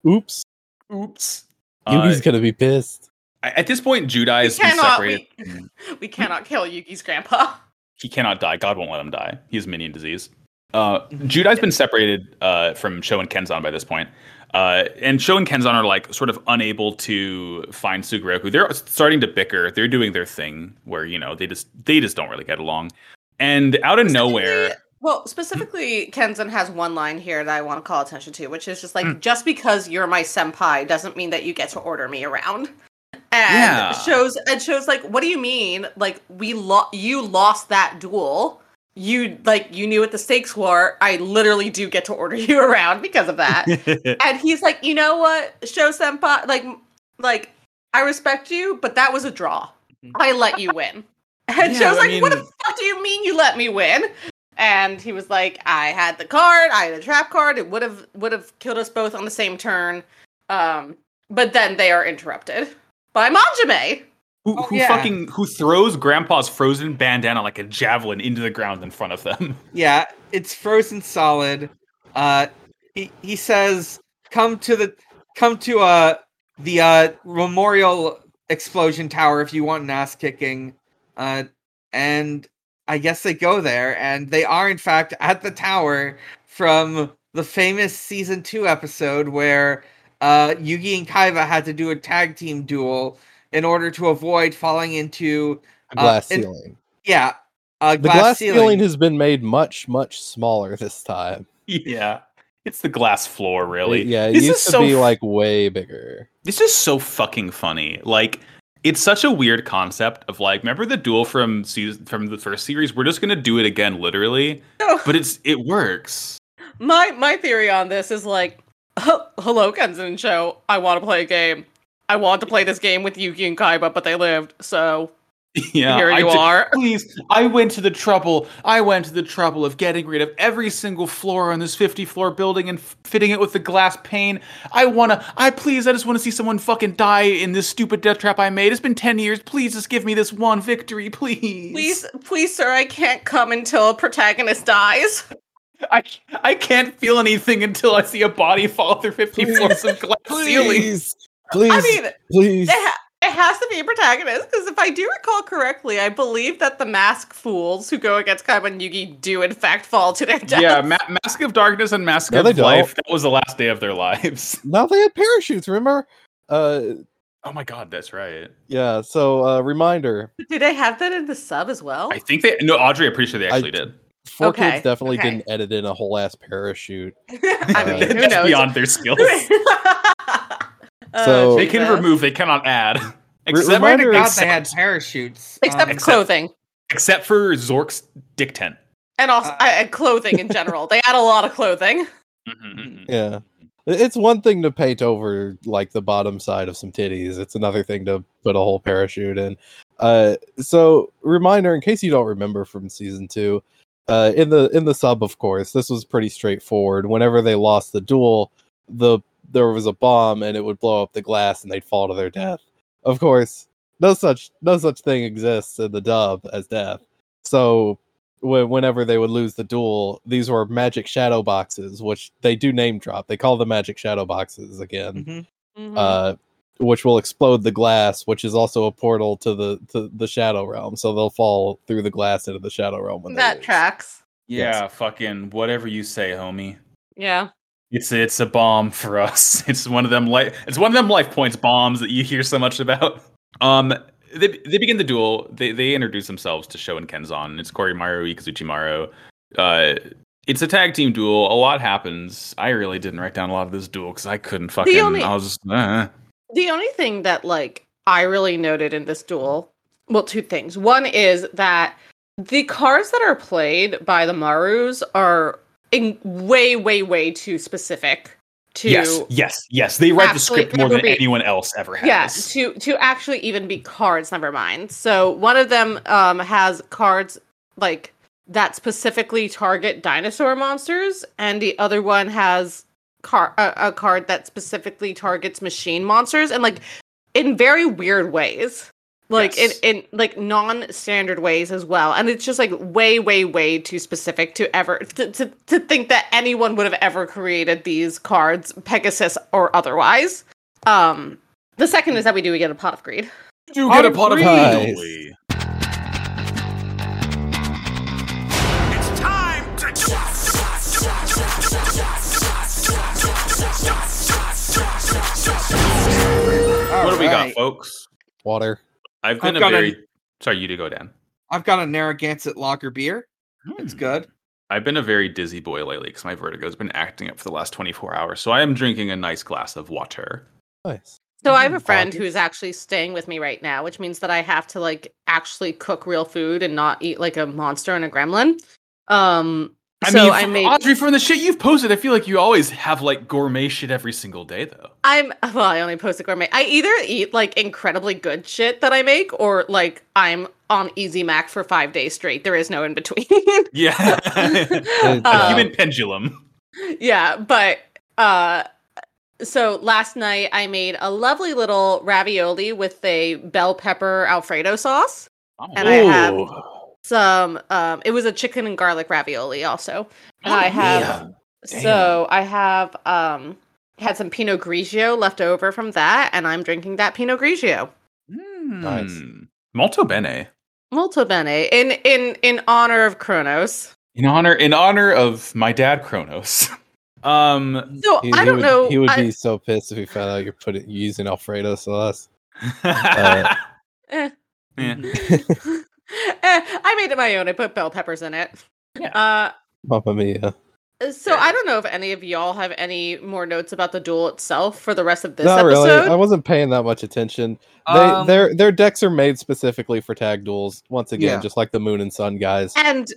oops, oops. Uh, Yugi's gonna be pissed. at this point, Judai has been cannot- separated. We cannot kill Yugi's grandpa. he cannot die. God won't let him die. He has minion disease. Uh, Mm-hmm. Judai's been separated uh, from Sho and Kenzan by this point. Uh, and Sho and Kenzan are like sort of unable to find Sugoroku. They're starting to bicker. They're doing their thing where you know they just they just don't really get along. And out of nowhere, Well, specifically, Kenzen has one line here that I want to call attention to, which is just like, just because you're my senpai doesn't mean that you get to order me around. And Yeah. shows and shows like, what do you mean? Like we lo- you lost that duel. You like you knew what the stakes were. I literally do get to order you around because of that. and he's like, you know what, show senpai, like, like I respect you, but that was a draw. I let you win. And Mm-hmm. Yeah, Joe's I like, what the mean- fuck do you mean you let me win? And he was like, I had the card, I had a trap card. It would have would have killed us both on the same turn. Um, but then they are interrupted by Manjime. Who, Oh, who yeah. fucking who throws Grandpa's frozen bandana like a javelin into the ground in front of them? Yeah, it's frozen solid. Uh, he he says, "Come to the, come to uh the uh memorial explosion tower if you want an ass kicking." Uh, and I guess they go there, and they are in fact at the tower from the famous season two episode where uh Yugi and Kaiba had to do a tag team duel in order to avoid falling into The glass Uh, it- ceiling. yeah a The glass, ceiling. has been made much, much smaller this time. Yeah. It's the glass floor, really. Yeah, it This used is to so be f- like way bigger. This is so fucking funny. Like, it's such a weird concept of like, remember the duel from season from the first series? We're just gonna do it again, literally. No. But it's it works. My my theory on this is like, hello, Kenzen Show. I want to play a game. I want to play this game with Yuki and Kaiba, but they lived, so Yeah, here I you did- are. Please, I went to the trouble. I went to the trouble of getting rid of every single floor on this 50 floor building and f- fitting it with the glass pane. I wanna, I please, I just wanna see someone fucking die in this stupid death trap I made. It's been 10 years. Please just give me this one victory, please. Please, please, sir, I can't come until a protagonist dies. I, I can't feel anything until I see a body fall through 50 Please. floors of glass ceiling. Please, please, I mean, eh. it, please. ha- it has to be a protagonist because if I do recall correctly, I believe that the mask fools who go against Kaiba and Yugi do in fact fall to their death. Yeah, Ma- Mask of Darkness and Mask No, they of don't. Life. That was the last day of their lives. Now they have parachutes. Remember? Uh, Oh my god, that's right. yeah. So uh, reminder: do they have that in the sub as well? I think they no, Audrey, I'm pretty sure they I- actually did. four Okay, kids definitely okay. didn't edit in a whole ass parachute. I mean, who That's knows? beyond their skills. Uh, So- they can Jesus. remove, um, they cannot add. Except, reminder- God, except, they had parachutes. except Um, clothing except for Zork's dick tent. and also Uh, uh, and clothing in general. they add a lot of clothing. Mhm, mhm. Yeah, It- it's one thing to paint over like the bottom side of some titties. It's another thing to put a whole parachute in. Uh, so reminder, in case you don't remember from season two, uh, in the in the sub, of course, this was pretty straightforward. Whenever they lost the duel, the there was a bomb and it would blow up the glass and they'd fall to their death. Of course, no such no such thing exists in the dub as death. So wh- whenever they would lose the duel, these were magic shadow boxes, which they do name drop. They call the magic shadow boxes again mhm. Mm-hmm. uh, which will explode the glass, which is also a portal to the to the shadow realm. So they'll fall through the glass into the shadow realm. When they that lose. tracks. Yeah, fucking whatever you say, homie. Yeah. It's it's a bomb for us. It's one of them life. It's one of them life points bombs that you hear so much about. Um, they they begin the duel. They they introduce themselves to Sho and Kenzan. It's Korimaru Ikuzuchimaru. Uh, it's a tag team duel. A lot happens. I really didn't write down a lot of this duel because I couldn't fucking. only- I was just. Uh, The only thing that like I really noted in this duel, well, two things. One is that the cards that are played by the Marus are in way, way, way too specific to yes, yes, yes. They write the Absolutely script more than every- anyone else ever has. yeah to to actually even be cards never mind so one of them um has cards like that specifically target dinosaur monsters and the other one has car a, a card that specifically targets machine monsters and like in very weird ways like Yes. in, in like non-standard ways as well and it's just like way way way too specific to ever to, to, to think that anyone would have ever created these cards pegasus or otherwise um the second is that we do we get a pot of greed. You get a pot of pies. It's time to What do we got, Alright. folks? Water. I've been I've a got very. an- Sorry, you to go down. Hmm. Hmm. I've got a Narragansett Lager beer. It's good. I've been a very dizzy boy lately because my vertigo's been acting up for the last 24 hours. So I am drinking a nice glass of water. Nice. So I have Mhm. a Mm-hmm. friend August. who's actually staying with me right now, which means that I have to like actually cook real food and not eat like a monster and a gremlin. Um I so mean, I from- made Audrey, from the shit you've posted, I feel like you always have like gourmet shit every single day, though. I'm well, I only post a gourmet. I either eat like incredibly good shit that I make or like I'm on Easy Mac for 5 days straight. There is no in between. Yeah. A Um, human pendulum. yeah but uh so last night i made a lovely little ravioli with a bell pepper alfredo sauce and I have- some um it was a chicken and garlic ravioli also and i have so i have um had some pinot grigio left over from that and i'm drinking that pinot grigio Nice. Mm. Molto bene. molto bene in in in honor of kronos In honor in honor of my dad Kronos. um so He- i he don't would- know He would I- be so pissed if he found out you're putting using Alfredo sauce. Eh. Mm-hmm. Yeah. Eh, i made it my own i put bell peppers in it Yeah. uh Mamma mia. So Yeah. I don't know if any of y'all have any more notes about the duel itself for the rest of this Not episode. really. I wasn't paying that much attention. They, Um, their their decks are made specifically for tag duels. Once again, Yeah. just like the Moon and Sun guys. and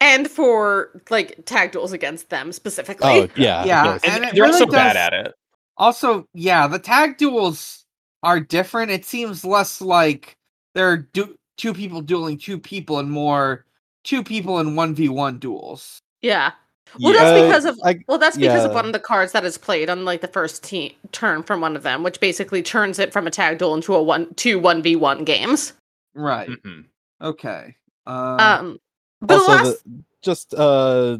and for like tag duels against them Oh specifically. yeah, Yeah. yes. And, And it they're really also bad does- at it. Also, yeah, the tag duels are different. It seems less like there are du- two people dueling two people and more two people in 1v1 duels. Yeah. Well, Yeah. that's Uh, because of I- well, that's because of yeah. one of the cards that is played on like the first te- turn from one of them, which basically turns it from a tag duel into a one two one v one games. Right. Mhm. Okay. Uh, Um, but the also last the, just uh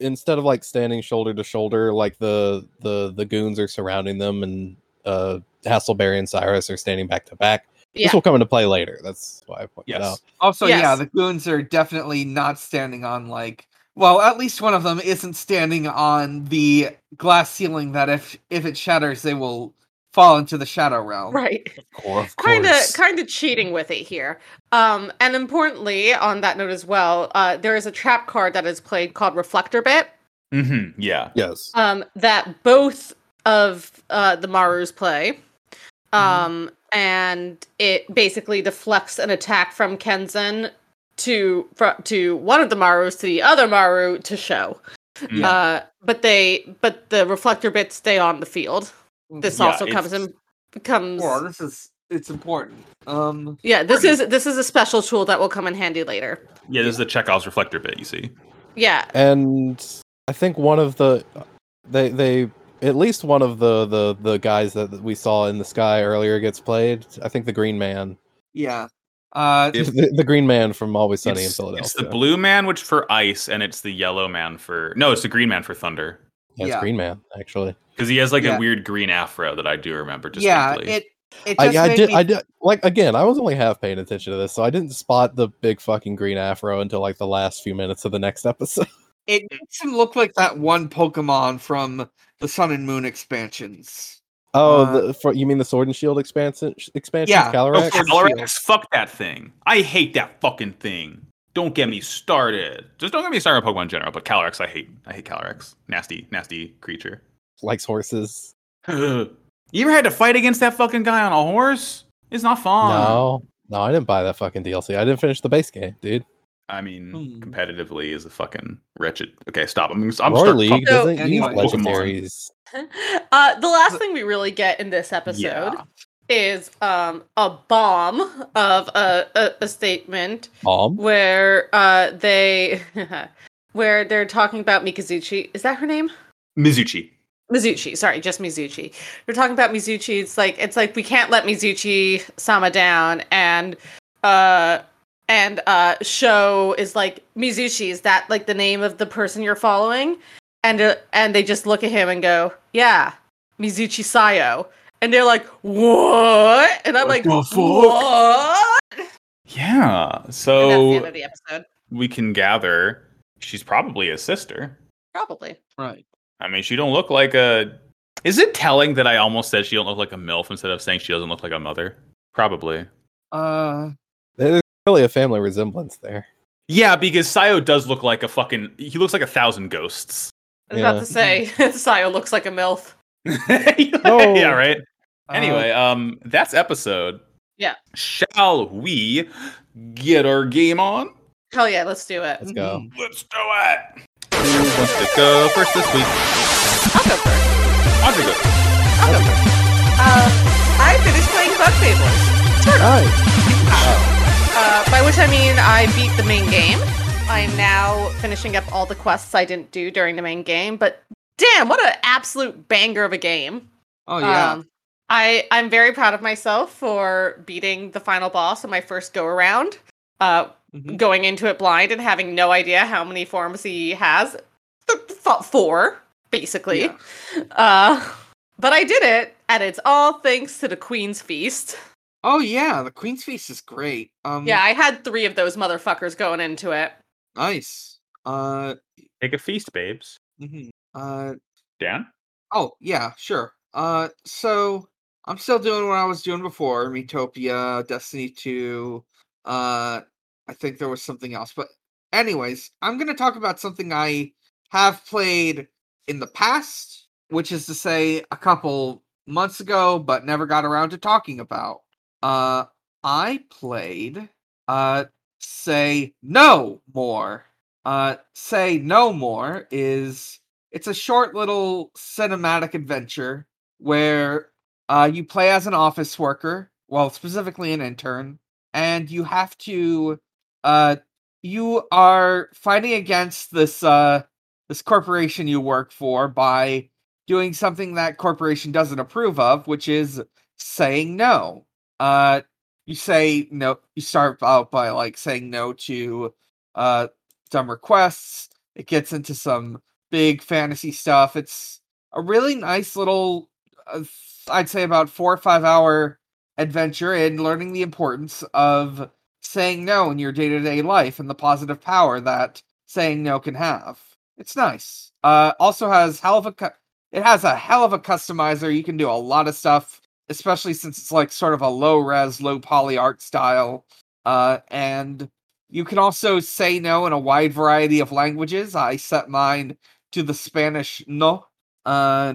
instead of like standing shoulder to shoulder like the the the goons are surrounding them and uh hasselberry and cyrus are standing back to back yeah, this will come into play later that's why i pointed Yes. out also, yeah, yes. the goons are definitely not standing on like. Well, at least one of them isn't standing on the glass ceiling that if if it shatters, they will fall into the shadow realm. right. Of kind of course. kind of cheating with it here um and importantly on that note as well uh there is a trap card that is played called reflector bit Mhm, Yeah. yes um that both of uh the marus play um Mm-hmm. and it basically deflects an attack from kenzen to fro- to one of the marus to the other maru to show Yeah. uh but they but the reflector bits stay on the field this Hmm. Yeah, also comes it's- in comes Well, this is it's important. Um, Yeah, this is this is a special tool that will come in handy later. Yeah, this is the Chekhov's reflector bit, you see. Yeah, and i think one of the they they at least one of the the the guys that we saw in the sky earlier gets played i think the green man yeah. Uh, It- the, the green man from always sunny in It's- philadelphia It's the blue man, which for ice, and it's the yellow man for no, it's the green man for thunder. yeah, it's Yeah. green man actually Because he has like Yeah. a weird green afro that I do remember distinctly. yeah, it it just I, I made did. me I did. Like again, I was only half paying attention to this, so I didn't spot the big fucking green afro until like the last few minutes of the next episode. It makes him look like that one Pokemon from the Sun and Moon expansions. Oh, Uh, the, for, you mean the Sword and Shield expansion? Expansion, Yeah. Oh, Calyrex? Fucking Calyrex, shield. fuck that thing. I hate that fucking thing. Don't get me started. Just don't get me started on Pokemon in general, but Calyrex, I hate. I hate Calyrex. Nasty, nasty creature. likes horses. you ever had to fight against that fucking guy on a horse? It's not fun. no, no, I didn't buy that fucking DLC. I didn't finish the base game, dude. I mean, Hmm. competitively is a fucking wretched. Okay, stop. I'm, I'm Royal starting League So- doesn't use Anyway. Pokemon. legendaries. uh, the last thing we really get in this episode Yeah. is um a bomb of a a, a statement Mom, where uh they where they're talking about Mikazuchi. Is that her name? Mizuchi. Mizuchi, sorry, just Mizuchi. We're talking about Mizuchi. It's like it's like we can't let Mizuchi Sama down, and uh, and uh, show is like Mizuchi. Is that like the name of the person you're following? And uh, and they just look at him and go, yeah, Mizuchi Sayo, and they're like, what? And I'm What like, the fuck? what? Yeah. and that's the end So of the episode, we can gather she's probably a sister. probably. Right. I mean, she don't look like a. Is it telling that I almost said she don't look like a milf instead of saying she doesn't look like a mother? Probably. Uh, there's really a family resemblance there. Yeah, because Sayo does look like a fucking. He looks like a thousand ghosts. I was about Yeah. to say, Sayo looks like a MILF. yeah, right. Uh, Anyway, um, that's episode. Yeah. Shall we get our game on? Hell yeah, let's do it. mm-hmm. Let's go. Let's do it. Who wants to go first this week? I'll go first. Andre goes. I'll go first. Uh, I finished playing Bug Fables, Nice. uh, by which I mean I beat the main game. I'm now finishing up all the quests I didn't do during the main game, but damn, what an absolute banger of a game. oh yeah. Um, I I'm very proud of myself for beating the final boss on my first go around. Uh, Mhm. going into it blind and having no idea how many forms he has. Th- th- Four, basically. Yeah. Uh, but I did it, and it's all thanks to the Queen's Feast. Oh yeah, the Queen's Feast is great. Um Yeah, I had three of those motherfuckers going into it. nice. Uh Take a feast, babes. mhm. uh Dan. Oh yeah, sure. Uh, so I'm still doing what I was doing before: Metopia, Destiny Two. Uh, I think there was something else, but anyways, I'm gonna talk about something I have played in the past, which is to say, a couple months ago, but never got around to talking about. Uh, I played. Uh, say no more. Uh, say no more is it's a short little cinematic adventure where uh, you play as an office worker, well, specifically an intern, and you have to, uh, you are fighting against this uh, this corporation you work for by doing something that corporation doesn't approve of, which is saying no. Uh, you say no. You start out by like saying no to uh, some requests. It gets into some big fantasy stuff. It's a really nice little, uh, I'd say about four or five hour adventure in learning the importance of saying no in your day to day life and the positive power that saying no can have. It's nice. Uh, also has hell of a cu- it has a hell of a customizer. You can do a lot of stuff, especially since it's like sort of a low res, low poly art style. Uh, and you can also say no in a wide variety of languages. I set mine to the Spanish no. Uh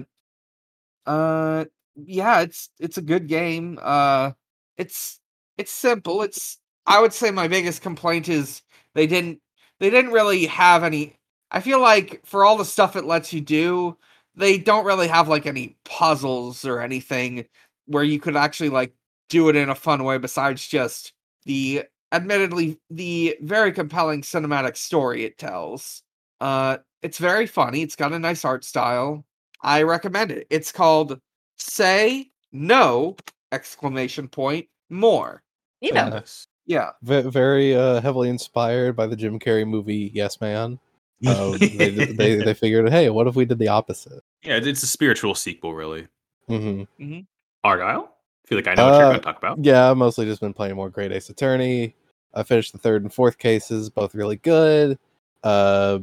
uh yeah, it's it's a good game. Uh it's it's simple. It's I would say my biggest complaint is they didn't they didn't really have any I feel like for all the stuff it lets you do, they don't really have like any puzzles or anything where you could actually like do it in a fun way besides just the admittedly the very compelling cinematic story it tells. Uh it's very funny. It's got a nice art style. I recommend it. It's called Say No exclamation point more. You know, Yes. Yeah. Ve- very uh, heavily inspired by the Jim Carrey movie Yes Man. Uh, they, they they figured, hey, what if we did the opposite? Yeah, it's a spiritual sequel, really. hmm Argyle. I feel like I know what Uh, you're going to talk about. Yeah, I've mostly just been playing more Great Ace Attorney. I finished the third and fourth cases, both really good. Uh,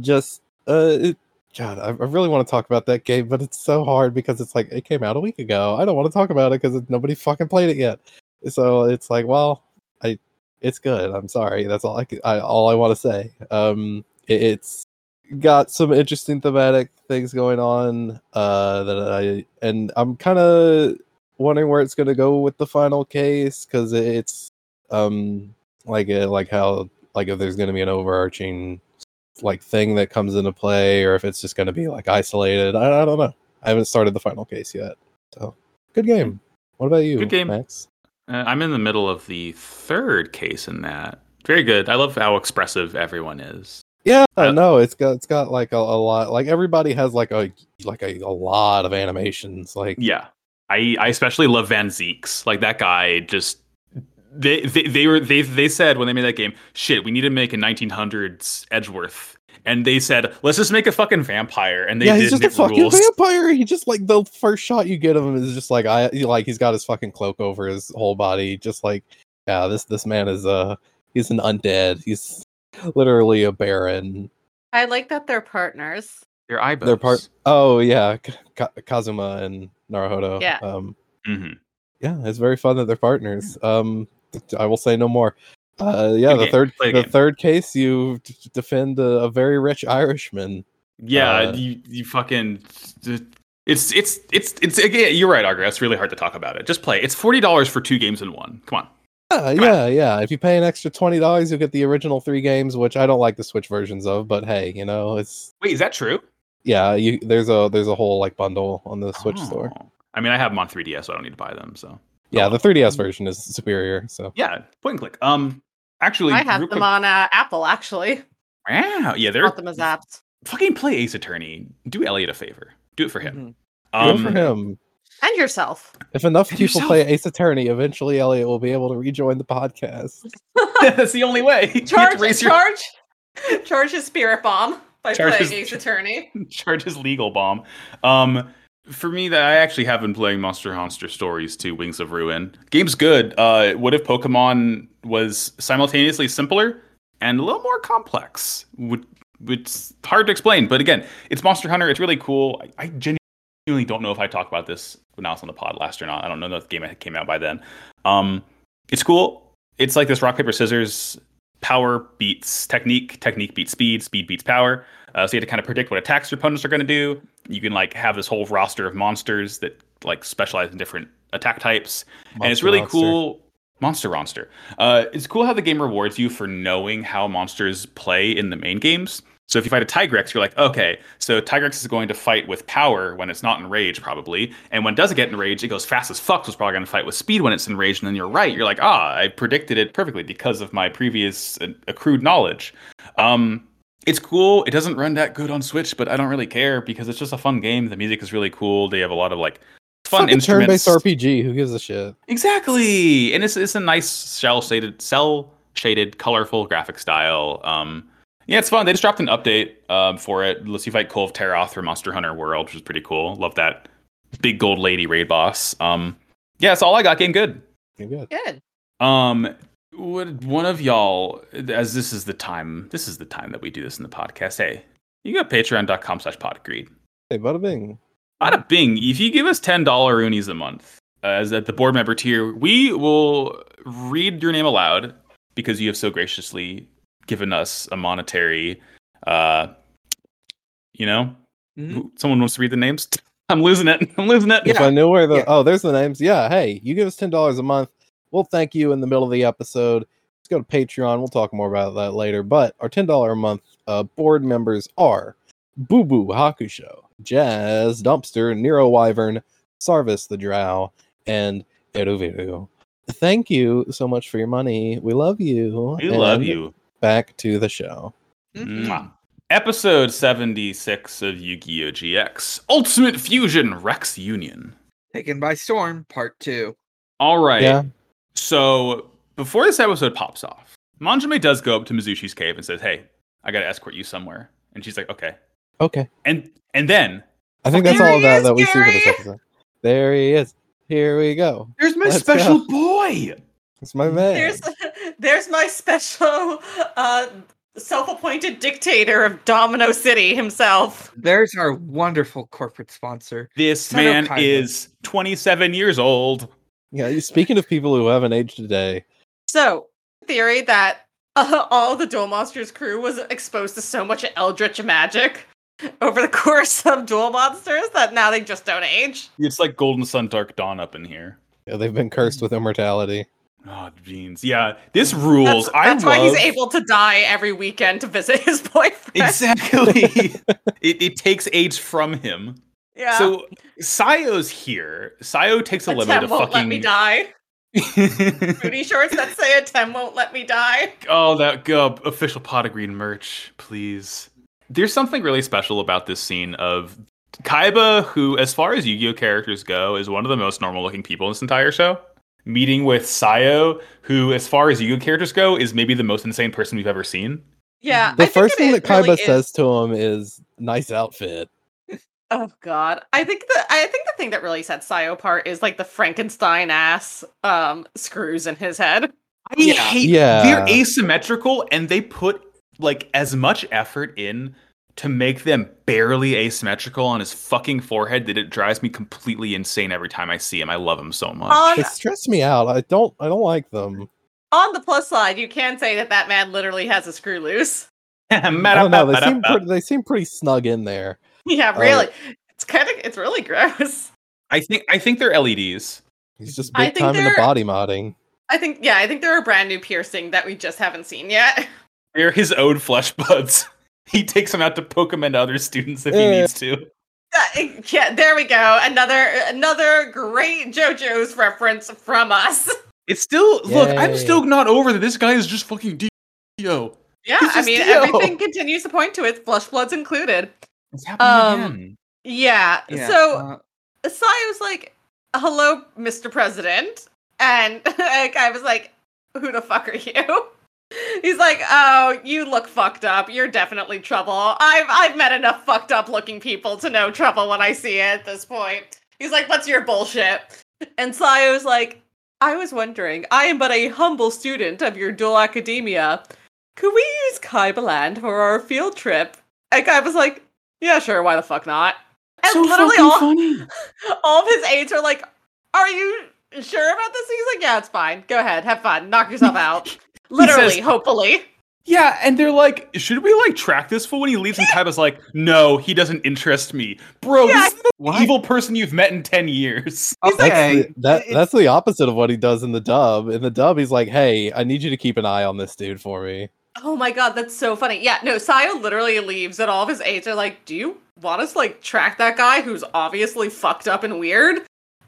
just uh, it, God, I, I really want to talk about that game, but it's so hard because it's like it came out a week ago. I don't want to talk about it because nobody fucking played it yet. So it's like, well, I, it's good. I'm sorry. That's all I, c- I all I want to say. Um, it, it's got some interesting thematic things going on. Uh, that I and I'm kind of wondering where it's going to go with the final case because it's um like uh, like how like if there's going to be an overarching like thing that comes into play or if it's just going to be like isolated I, I don't know i haven't started the final case yet so good game what about you Good game. max Uh, I'm in the middle of the third case in that. Very good. I love how expressive everyone is. yeah Uh, no it's got it's got like a, a lot like everybody has like a like a, a lot of animations like Yeah. I, I especially love Van Zeeks. Like that guy just they, they they were they they said when they made that game, shit, we need to make a 1900s Edgeworth. And they said, let's just make a fucking vampire. And they yeah, did he's just and a it fucking rules. vampire. He just like the first shot you get of him is just like I he, like he's got his fucking cloak over his whole body. Just like yeah, this this man is uh he's an undead. He's literally a baron. I like that they're partners. Their eyeballs. They're part. Oh yeah, K- Ka- Kazuma and Naruhodo. Yeah. Um, Mhm. yeah, it's very fun that they're partners. Um, I will say no more. Uh, yeah, Good the game. third Play the the game. third case you d- defend a, a very rich Irishman. Yeah, Uh, you you fucking. It's it's it's it's again. You're right, Augur. It's really hard to talk about it. Just play. It's forty dollars for two games in one. Come on. Yeah, yeah, yeah. If you pay an extra twenty dollars, you'll get the original three games, which I don't like the Switch versions of. But hey, you know it's Wait, is that true? yeah. You there's a there's a whole like bundle on the Switch store. Oh. I mean, I have them on 3DS, so I don't need to buy them. So Yeah, the 3DS version is superior. So yeah, point and click. Um, actually, I have real them quick- on uh, Apple actually. Wow, yeah, they're Not them as apps. fucking play Ace Attorney. Do Elliot a favor. Do it for him. Mhm. Mm-hmm. good for Um, him. And yourself. If enough and people yourself. play Ace Attorney, eventually Elliot will be able to rejoin the podcast. that's the only way. You have to Charge raise your- charge charge his spirit bomb by Charge playing his- Ace Attorney. charges legal bomb. Um, for me, that I actually have been playing Monster Hunter Stories 2 Wings of Ruin. Game's good. Uh, what if Pokemon was simultaneously simpler and a little more complex? Would it's hard to explain, but again, it's Monster Hunter. It's really cool. I, I genuinely don't know if I talked about this when I was on the pod last or not. I don't know if the game came out by then. Um, it's cool. It's like this rock paper scissors. Power beats technique. Technique beats speed. Speed beats power. Uh, so you had to kind of predict what attacks your opponents are going to do. You can like have this whole roster of monsters that like specialize in different attack types, and it's Monster really Monster. cool. Monster Monster. Uh, it's cool how the game rewards you for knowing how monsters play in the main games. So if you fight a Tigrex, you're like, okay, so Tigrex is going to fight with power when it's not enraged, probably. And when it doesn't get enraged, it goes fast as fuck, so it's probably going to fight with speed when it's enraged. And then you're right. You're like, ah, I predicted it perfectly because of my previous uh, accrued knowledge. Um, it's cool. It doesn't run that good on Switch, but I don't really care because it's just a fun game. The music is really cool. They have a lot of like fun Fucking instruments. turn-based RPG. Who gives a shit? Exactly, and it's it's a nice shell shaded, cell shaded, colorful graphic style. Um, yeah, it's fun. They just dropped an update um, for it. Let's see if I Cole of Teroth for Monster Hunter World, which is pretty cool. Love that big gold lady raid boss. Um, yeah, that's all I got. Game good. You're good. Good. Um, would one of y'all, as this is the time, this is the time that we do this in the podcast. Hey, you go to patreon.com slash podgreed. Hey, bada bing. Bada bing, if you give us $10 Unis a month uh, as at the board member tier, we will read your name aloud because you have so graciously given us a monetary, uh, you know, Mhm. who- someone wants to read the names. I'm losing it. I'm losing it. If I knew where the yeah. oh, there's the names. Yeah, hey, you give us ten dollars a month, we'll thank you in the middle of the episode. Let's go to Patreon. We'll talk more about that later. But our ten dollar a month uh, board members are Boo Boo Hakusho, Jazz Dumpster, Nero Wyvern, Sarvis the Drow, and Eruviru. Thank you so much for your money. We love you. We love And you. Back to the show. Mhm. Mwah. Episode 76 of Yu Gi Oh! GX Ultimate Fusion Rex Union. Taken by Storm, part two. All right. Yeah. So before this episode pops off, Manjime does go up to Mizushi's cave and says, Hey, I got to escort you somewhere. And she's like, Okay. Okay. And and then I think that's There all he that, is, that we see for this Gary! episode. There he is. Here we go. there's my Let's special boy. It's my man. There's there's my special uh self-appointed dictator of Domino City himself. There's our wonderful corporate sponsor. This Son of man Kaido. is 27 years old. Yeah, you- speaking of people who haven't aged today, So, theory that uh, all the Duel Monsters crew was exposed to so much eldritch magic over the course of Duel Monsters that now they just don't age. It's like Golden Sun Dark Dawn up in here. yeah, they've been cursed with immortality. Oh, jeans. Yeah, this rules. That's, I that's why he's love- able to die every weekend to visit his boyfriend. Exactly. it, it takes age from him. Yeah. So Sayo's here. Sayo takes a limit Atem of won't fucking. let me die. Booty shorts that say Atem won't let me die. oh, that uh, official pot of green merch, please. There's something really special about this scene of Kaiba, who, as far as Yu-Gi-Oh characters go, is one of the most normal-looking people in this entire show. Meeting with Sayo, who, as far as Yu-Gi-Oh characters go, is maybe the most insane person we've ever seen. Yeah. The I think first it thing is- that Kaiba really is- says to him is "nice outfit." Oh God, I think the I think the thing that really sets Sayo apart is like the Frankenstein ass um screws in his head. I Yeah. hate Yeah. they're asymmetrical and they put like as much effort in to make them barely asymmetrical on his fucking forehead that it drives me completely insane every time I see him. I love him so much. On They stress me out. I don't. I don't like them. on the plus side, you can say that that man literally has a screw loose. I don't know. They seem pretty, they seem pretty snug in there. yeah, Oh. really. it's kind of it's really gross. I think I think they're E LEDs. He's just I big think time into they're- body modding. I think yeah, I think they're a brand new piercing that we just haven't seen yet. They're his own flesh buds. He takes them out to poke them into other students if he Yeah. needs to. Uh, yeah, there we go. Another another great JoJo's reference from us. It's still look. I'm Yay. still not over that this guy is just fucking Dio. Yeah, This I is mean Dio. everything continues to point to it, flesh bloods included. It's Um, happening again. Yeah. Yeah, so Uh, Sayo's like, "Hello, Mr. President," and like, I was like, "Who the fuck are you?" He's like, "Oh, you look fucked up. You're definitely trouble. I've I've met enough fucked up looking people to know trouble when I see it at this point." He's like, "What's your bullshit?" And Sayo's like, "I was wondering. I am but a humble student of your dual academia. Could we use Kaibaland for our field trip?" And I was like, "Yeah, sure. Why the fuck not?" And literally all funny. all of his aides are like, "Are you sure about this?" He's like, "Yeah, it's fine. Go ahead, have fun, knock yourself out." Literally, says- hopefully. Yeah, and they're like, should we like track this fool when he leaves? And Kaiba's like, no, he doesn't interest me, bro. Yeah, This is the what? evil person you've met in ten years. okay. That's the, that, It's- that's the opposite of what he does in the dub. In the dub, he's like, "Hey, I need you to keep an eye on this dude for me." Oh my god, that's so funny. Yeah, no, Sayo literally leaves, and all of his aides are like, "Do you want us to, like track that guy who's obviously fucked up and weird?"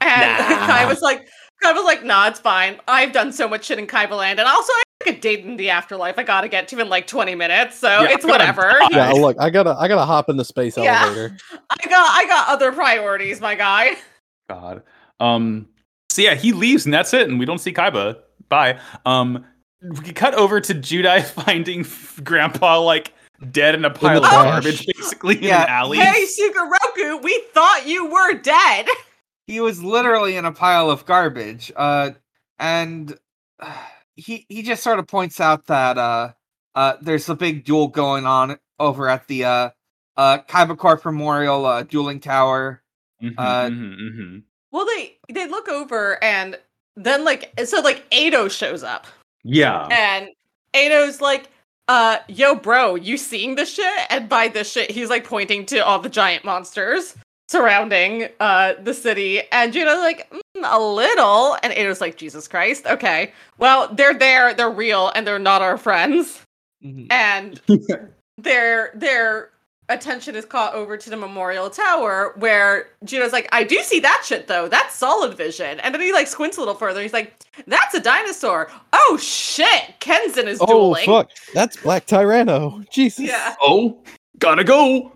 And Nah. Kai was like, "Kai was like, nah, it's fine. I've done so much shit in Kaiba land, and also I have like, a date in the afterlife. I gotta get to in like twenty minutes, so Yeah, it's I'm gonna whatever." die. Yeah, Nice. look, I gotta, I gotta hop in the space Yeah. elevator. I got, I got other priorities, my guy. God. Um. So yeah, he leaves, and that's it, and we don't see Kaiba. Bye. Um. We cut over to Judai finding Grandpa like dead in a pile of trash. garbage, basically in Yeah. an alley. Hey, Sugaroku, we thought you were dead. he was literally in a pile of garbage uh and uh, he he just sort of points out that uh uh there's a big duel going on over at the uh uh Kaiba Corp Memorial uh, dueling tower Mhm, uh, mhm, mhm. Well, they they look over and then like so like Ado shows up Yeah. and Ado's like, uh, yo, bro, you seeing this shit? And by this shit, he's like pointing to all the giant monsters surrounding uh the city. And Juno's like, mm, a little. And Ado's like, Jesus Christ, okay. Well, they're there, they're real, and they're not our friends. Mhm. and their their attention is caught over to the memorial tower where Juno's like, I do see that shit though. That's solid vision. And then he like squints a little further. He's like, That's a dinosaur. Oh shit, Kenzin is Oh dueling. fuck, that's Black Tyranno. Jesus. Yeah. oh, gotta go.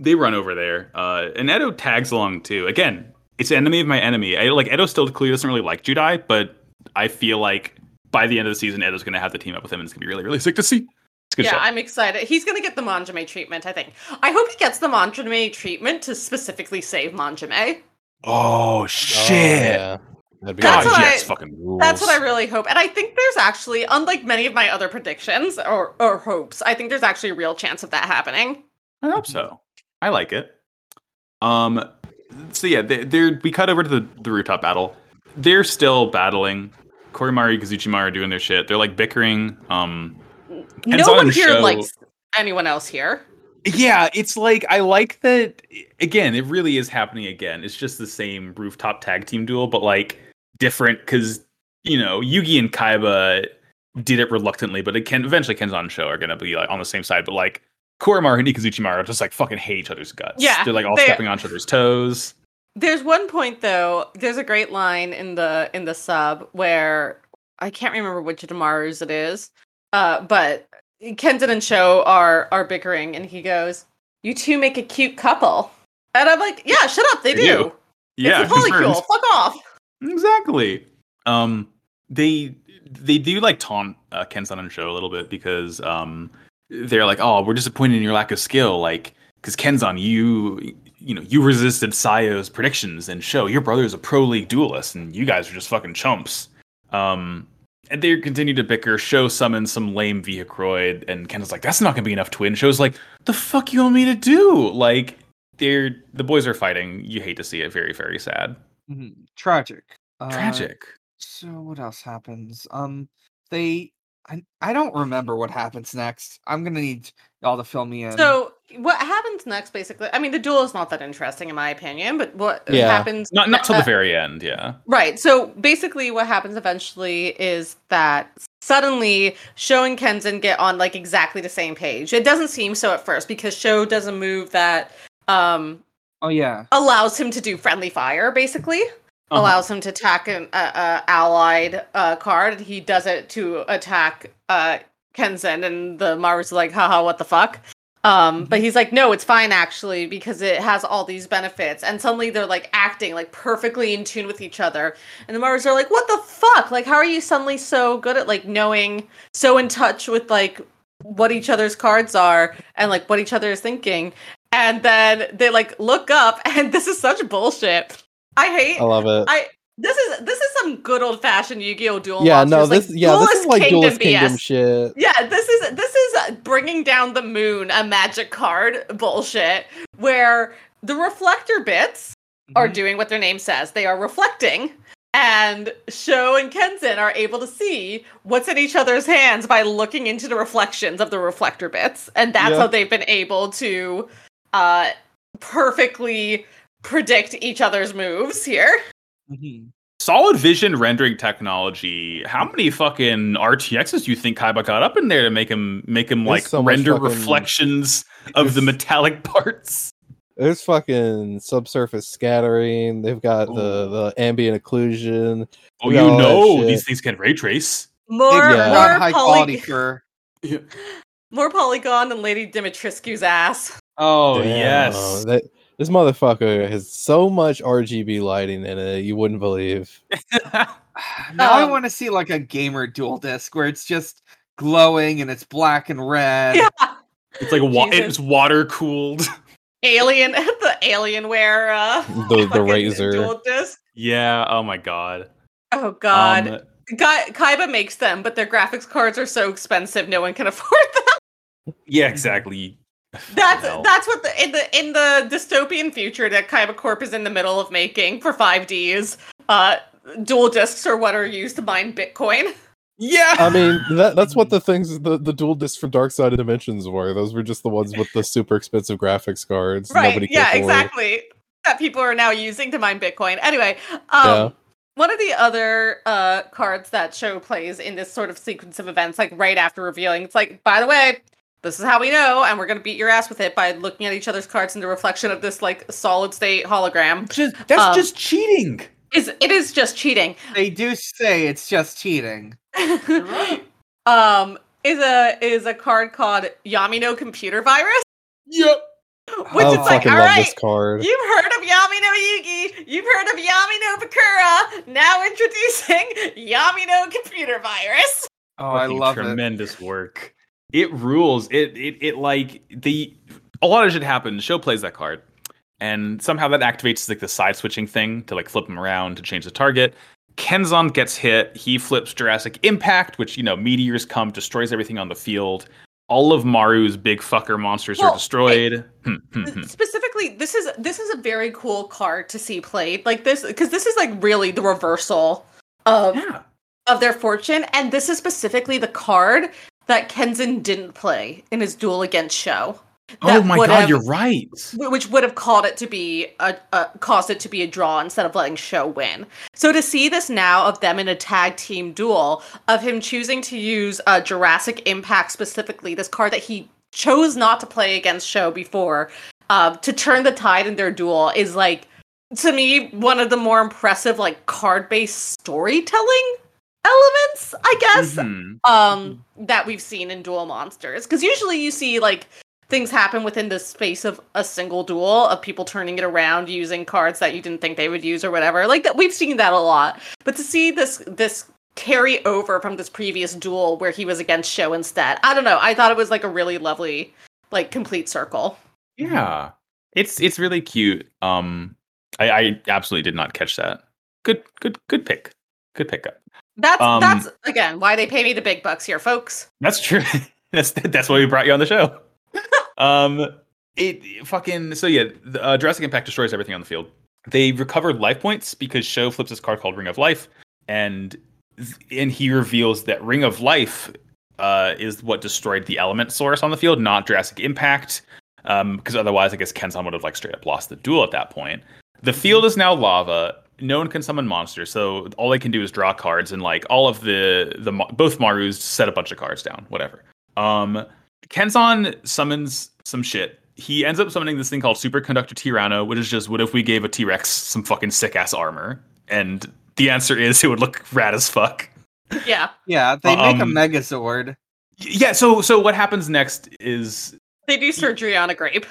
They run over there, uh, and Edo tags along too. Again, it's enemy of my enemy. I, like Edo still clearly doesn't really like Judai, but I feel like by the end of the season, Edo's gonna have to team up with him, and it's gonna be really, really sick to see. It's a good yeah, show. I'm excited. He's gonna get the Manjame treatment, I think. I hope he gets the Manjame treatment to specifically save Manjame. Oh Oh, shit! yeah. That'd be That's God, awesome. what I- yes, fucking rules. That's what I really hope. And I think there's actually, unlike many of my other predictions or, or hopes, I think there's actually a real chance of that happening. I hope so. I like it. Um. So yeah, they, they're we cut over to the, the rooftop battle. They're still battling. Korimari, Kazuchimara are doing their shit. They're like bickering. Um. And it's no on one the here show. likes anyone else here. Yeah, it's like I like that. Again, it really is happening again. It's just the same rooftop tag team duel, but like different because you know Yugi and Kaiba did it reluctantly, but it can eventually Kenzan and Sho are gonna be like on the same side. But like Korimar and Ikazuchimara just like fucking hate each other's guts. Yeah, they're like all they- stepping on each other's toes. There's one point though. There's a great line in the in the sub where I can't remember which of tomorrow's it is, uh, but Kenton and Cho are are bickering, and he goes, "You two make a cute couple," and I'm like, "Yeah, shut up, they They do. do. Yeah, it's a polycule. confirmed. Fuck off." Exactly. Um, they they do like taunt uh, Kensan and Sho a little bit because um, they're like, "Oh, we're disappointed in your lack of skill." Like, because Kenzan, you you know, you resisted Sayo's predictions, and Sho, your brother's a pro league duelist, and you guys are just fucking chumps. Um, and they continue to bicker. Sho summons some lame vehicroid, and Kenzan's like, "That's not gonna be enough, twin." Sho's like, "The fuck you want me to do?" Like, they're the boys are fighting. You hate to see it. Very very sad. Mhm. tragic Uh, Tragic. so what else happens um they I, I don't remember what happens next. I'm gonna need y'all to fill me in. So what happens next, basically? I mean, the duel is not that interesting in my opinion, but what Yeah. happens? Not not till the uh, very end, yeah. Right. So basically, what happens eventually is that suddenly Sho and Kenzen get on like exactly the same page. It doesn't seem so at first because Sho does a move that um, oh yeah. allows him to do friendly fire, basically. Uh-huh. Allows him to attack an uh, uh, allied uh, card. and He does it to attack uh, Kenzen, and the Maru's like, haha, what the fuck? Um, but he's like, no, it's fine actually because it has all these benefits. And suddenly they're like acting like perfectly in tune with each other. And the Maru's are like, what the fuck? Like, how are you suddenly so good at like knowing, so in touch with like what each other's cards are and like what each other is thinking? And then they like look up, and this is such bullshit. I hate I love it. I- this is this is some good old fashioned Yu-Gi-Oh! duel. yeah, no, monsters, like, this yeah, this is Duelist like Kingdom Duelist Kingdom BS. shit. Yeah, this is this is bringing down the moon, a magic card bullshit, where the reflector bits are Mm-hmm. Mhm. doing what their name says. They are reflecting, and Sho and Kenzen are able to see what's in each other's hands by looking into the reflections of the reflector bits, and that's Yeah. how they've been able to uh, perfectly predict each other's moves here. Mhm. Solid vision rendering technology. How many fucking RTXs do you think Kaiba got up in there to make him make him There's like so much render fucking- reflections of the there's- metallic parts? There's fucking subsurface scattering. They've got the, the ambient occlusion. Oh, Yeah, all you that know shit. these things can ray trace. More, Yeah. Not more, high poly- quality for more Polygon than Lady Dimitrescu's ass. Oh Damn, yes. that- this motherfucker has so much RGB lighting in it, you wouldn't believe. now I Um, want to see like a gamer dual disc where it's just glowing and it's black and red. Yeah. It's like wa- Jesus. it's water cooled. Alien, the Alienware, uh, The the fucking razor. dual disc. yeah. Oh my god. Oh God, Um, Ga- Kaiba makes them, but their graphics cards are so expensive, no one can afford them. yeah. Exactly. That's Hell. that's what the in the in the dystopian future that Kaiba Corp is in the middle of making for five Ds. Uh, dual discs are what are used to mine Bitcoin. Yeah. I mean, that that's what the things the, the dual discs from Dark Side of Dimensions were. Those were just the ones with the super expensive graphics cards. right Nobody could yeah afford. exactly that people are now using to mine bitcoin anyway um Yeah. one of the other uh cards that show plays in this sort of sequence of events like right after revealing it's like by the way this is how we know and we're going to beat your ass with it by looking at each other's cards in the reflection of this like solid state hologram just that's um, just cheating. is it is just cheating They do say it's just cheating. um is a is a card called yamino computer virus Yep. which I is Oh, like fucking all love right this card. You've heard of Yamino Yugi. You've heard of Yamino Bakura. Now introducing Yamino Computer Virus. Oh, I Fucking love it. tremendous work. It rules. It it it like the a lot of shit happens. Show plays that card, and somehow that activates like the side switching thing to like flip him around to change the target. Kenzan gets hit. He flips Jurassic Impact, which you know meteors come, destroys everything on the field. All of Maru's big fucker monsters Well, are destroyed. Hmm, hmm, hmm. Specifically, this is this is a very cool card to see played. Like this, because this is like really the reversal of yeah. of their fortune, and this is specifically the card that Kenzen didn't play in his duel against Show. Oh my god, you're right. Wh- which would have called it to be a, a caused it to be a draw instead of letting show win so to see this now of them in a tag team duel of him choosing to use uh, jurassic impact specifically this card that he chose not to play against show before uh, to turn the tide in their duel is like to me one of the more impressive like card based storytelling elements i guess Mhm. um that we've seen in duel monsters because usually you see like things happen within the space of a single duel of people turning it around using cards that you didn't think they would use or whatever like that we've seen that a lot but to see this this carry over from this previous duel where he was against show instead i don't know i thought it was like a really lovely like complete circle Yeah, it's it's really cute. Um, I, I absolutely did not catch that. Good, good, good pick. Good pickup. that's Um, that's again why they pay me the big bucks here folks That's true. that's that's why we brought you on the show. um, it, it fucking so yeah. The, uh, Jurassic Impact destroys everything on the field. They recover life points because Show flips his card called Ring of Life, and and he reveals that Ring of Life uh, is what destroyed the element source on the field, not Jurassic Impact, because otherwise, I guess Kensan would have like straight up lost the duel at that point. The field is now lava. No one can summon monsters, so all they can do is draw cards, and like all of the the mo- both Marus set a bunch of cards down, whatever. Um, Kensan summons some shit. He ends up summoning this thing called Superconductor Tyranno, which is just what if we gave a T Rex some fucking sick ass armor? And the answer is it would look rad as fuck. Yeah. Yeah, they make a Um, Megazord. Y- Yeah. So so what happens next is They do surgery on a grape.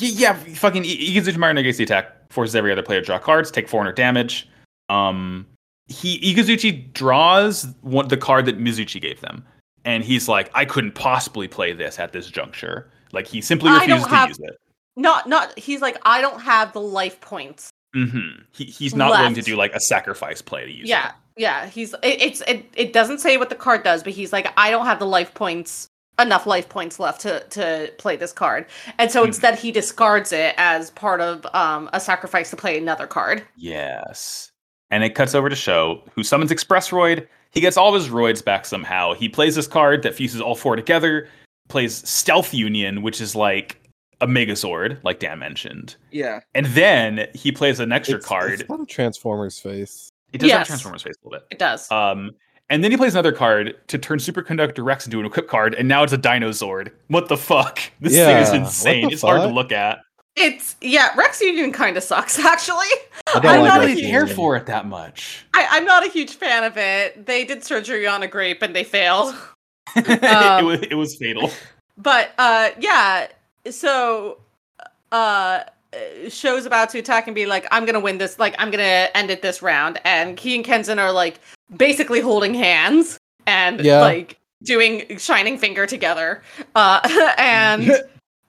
Y- yeah, fucking he gives Mario Negates the attack, forces every other player to draw cards, take 400 damage. Um, he Ikazuchi draws one, the card that Mizuchi gave them, and he's like, I couldn't possibly play this at this juncture. Like he simply I don't refuses to have- use it. Not not he's like, I don't have the life points. hmm He, he's not willing to Left. do like a sacrifice play to use. yeah. it. Yeah. He's it, it's it, it doesn't say what the card does, but he's like, I don't have the life points enough life points left to to play this card. And so Mhm. instead he discards it as part of um a sacrifice to play another card. Yes. And it cuts over to Show, who summons Express Roid. He gets all of his roids back somehow. He plays this card that fuses all four together, plays Stealth Union, which is like a Megazord, like Dan mentioned. Yeah. And then he plays an extra It's- card. It's not a Transformers face. it does have Yes. Transformers face a little bit. It does. Um, and then he plays another card to turn Superconductor Rex into an equip card, and now it's a Dinozord. What the fuck? This Yeah, thing what is insane. the It's hard to fuck? look at. it's yeah, Rex Union kinda sucks actually. I don't I'm like not Rex even Union. it that much. I, I'm not a huge fan of it. They did surgery on a grape and they failed. it, Um, was, it was fatal. But uh yeah, so uh Show's about to attack and be like, I'm gonna win this, like I'm gonna end it this round. And Key and Kenzen are like basically holding hands and Yeah. like doing shining finger together. Uh and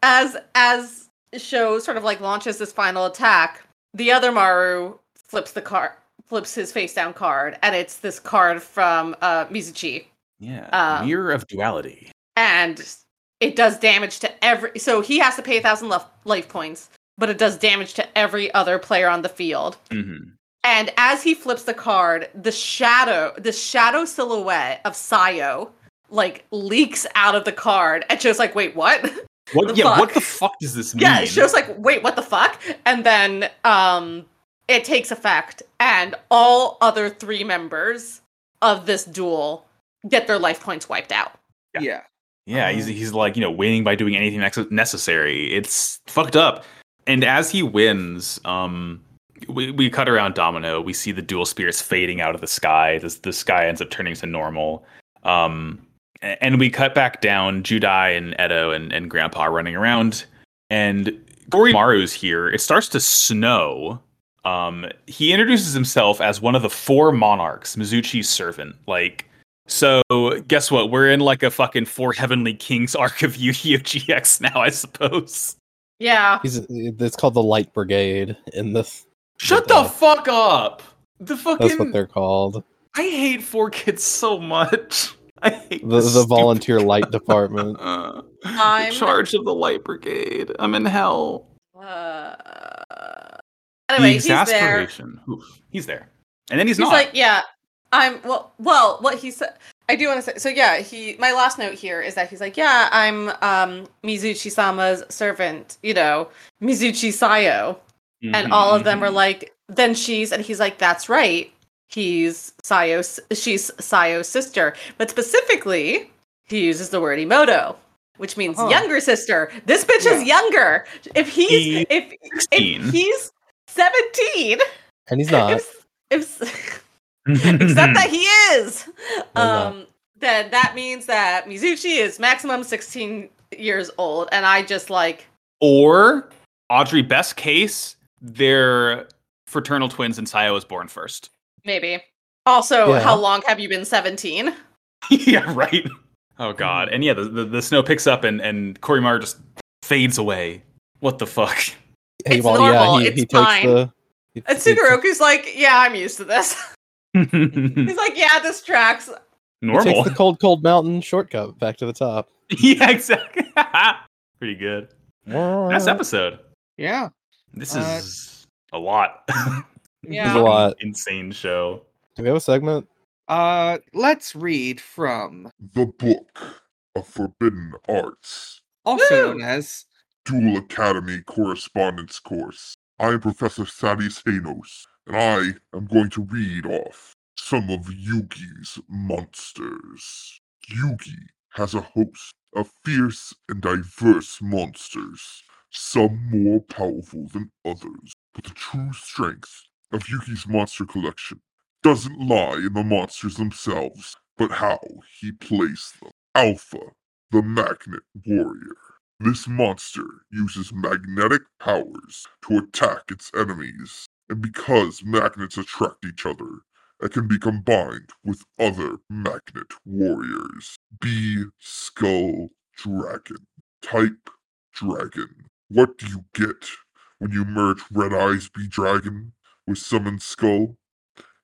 as as Show sort of like launches this final attack, the other Maru flips the card flips his face down card and it's this card from uh Mizuchi Yeah. Um, Mirror of Duality. and it does damage to every so he has to pay a thousand lef- life points but it does damage to every other player on the field Mm-hmm. and as he flips the card the shadow the shadow silhouette of sayo like leaks out of the card and Joe's like wait what What? The yeah. What fuck? the fuck does this mean? yeah Joe's like wait what the fuck and then um it takes effect and all other three members of this duel get their life points wiped out Yeah. Yeah. Yeah, he's he's like you know winning by doing anything nex- necessary. It's fucked up. And as he wins, um, we we cut around Domino. We see the dual spirits fading out of the sky. This the sky ends up turning to normal. Um, a- and we cut back down. Judai and Edo and and Grandpa are running around. And Gorimaru's here. It starts to snow. Um, he introduces himself as one of the four monarchs, Mizuchi's servant. Like so guess what? We're in like a fucking Four Heavenly Kings arc of Yu-Gi-Oh! GX now, I suppose. yeah He's, it's called the Light Brigade in this. Shut the the fuck up! The That's what fucking they're called. I hate four kids so much. I hate The, this the stupid- Volunteer Light Department. Uh, I'm- charge of the light brigade. I'm in hell. Uh, anyway, he's there. Oof. He's there, and then he's, He's not. like, yeah, I'm. Well, well, what he said. I do want to say. So yeah, he. My last note here is that he's like, yeah, I'm um Mizuchi Sama's servant. You know, Mizuchi Sayo, Mm-hmm, and all of them are like, then she's, and he's like, that's right. He's Sayo's. She's Sayo's sister, but specifically, he uses the word emoto. Which means Uh-huh. younger sister. This bitch is younger. If he's He- if if sixteen. he's 17 And he's not. if, if, except that he is Why not? um then that means that mizuchi is maximum 16 years old and i just like or Audrey. Best case, they're fraternal twins, and Sayo was born first. maybe also Yeah. how long have you been 17 yeah, right. Oh god. And yeah, the, the, the snow picks up and and Corey Mara just fades away. What the fuck? Hey, it's well, yeah, normal, he, it's he takes fine. the. he- and he- Tsukuroku's like yeah i'm used to this Normal. he's like yeah this tracks he takes the cold, cold mountain shortcut back to the top. yeah, exactly. Pretty good. Uh, Last episode. Yeah. This Uh, is a lot. Yeah. There's a lot. Insane show. Do we have a segment? Uh, let's read from The Book of Forbidden Arts, also Woo! known as Dual Academy Correspondence Course. I am Professor Sadis Hanos, and I am going to read off some of Yugi's monsters. Yugi has a host of fierce and diverse monsters, some more powerful than others, but the true strength of Yugi's monster collection doesn't lie in the monsters themselves, but how he plays them. Alpha, the Magnet Warrior. This monster uses magnetic powers to attack its enemies, and because magnets attract each other, it can be combined with other magnet warriors. B Skull Dragon. Type Dragon. What do you get when you merge Red Eyes B Dragon with Summon Skull?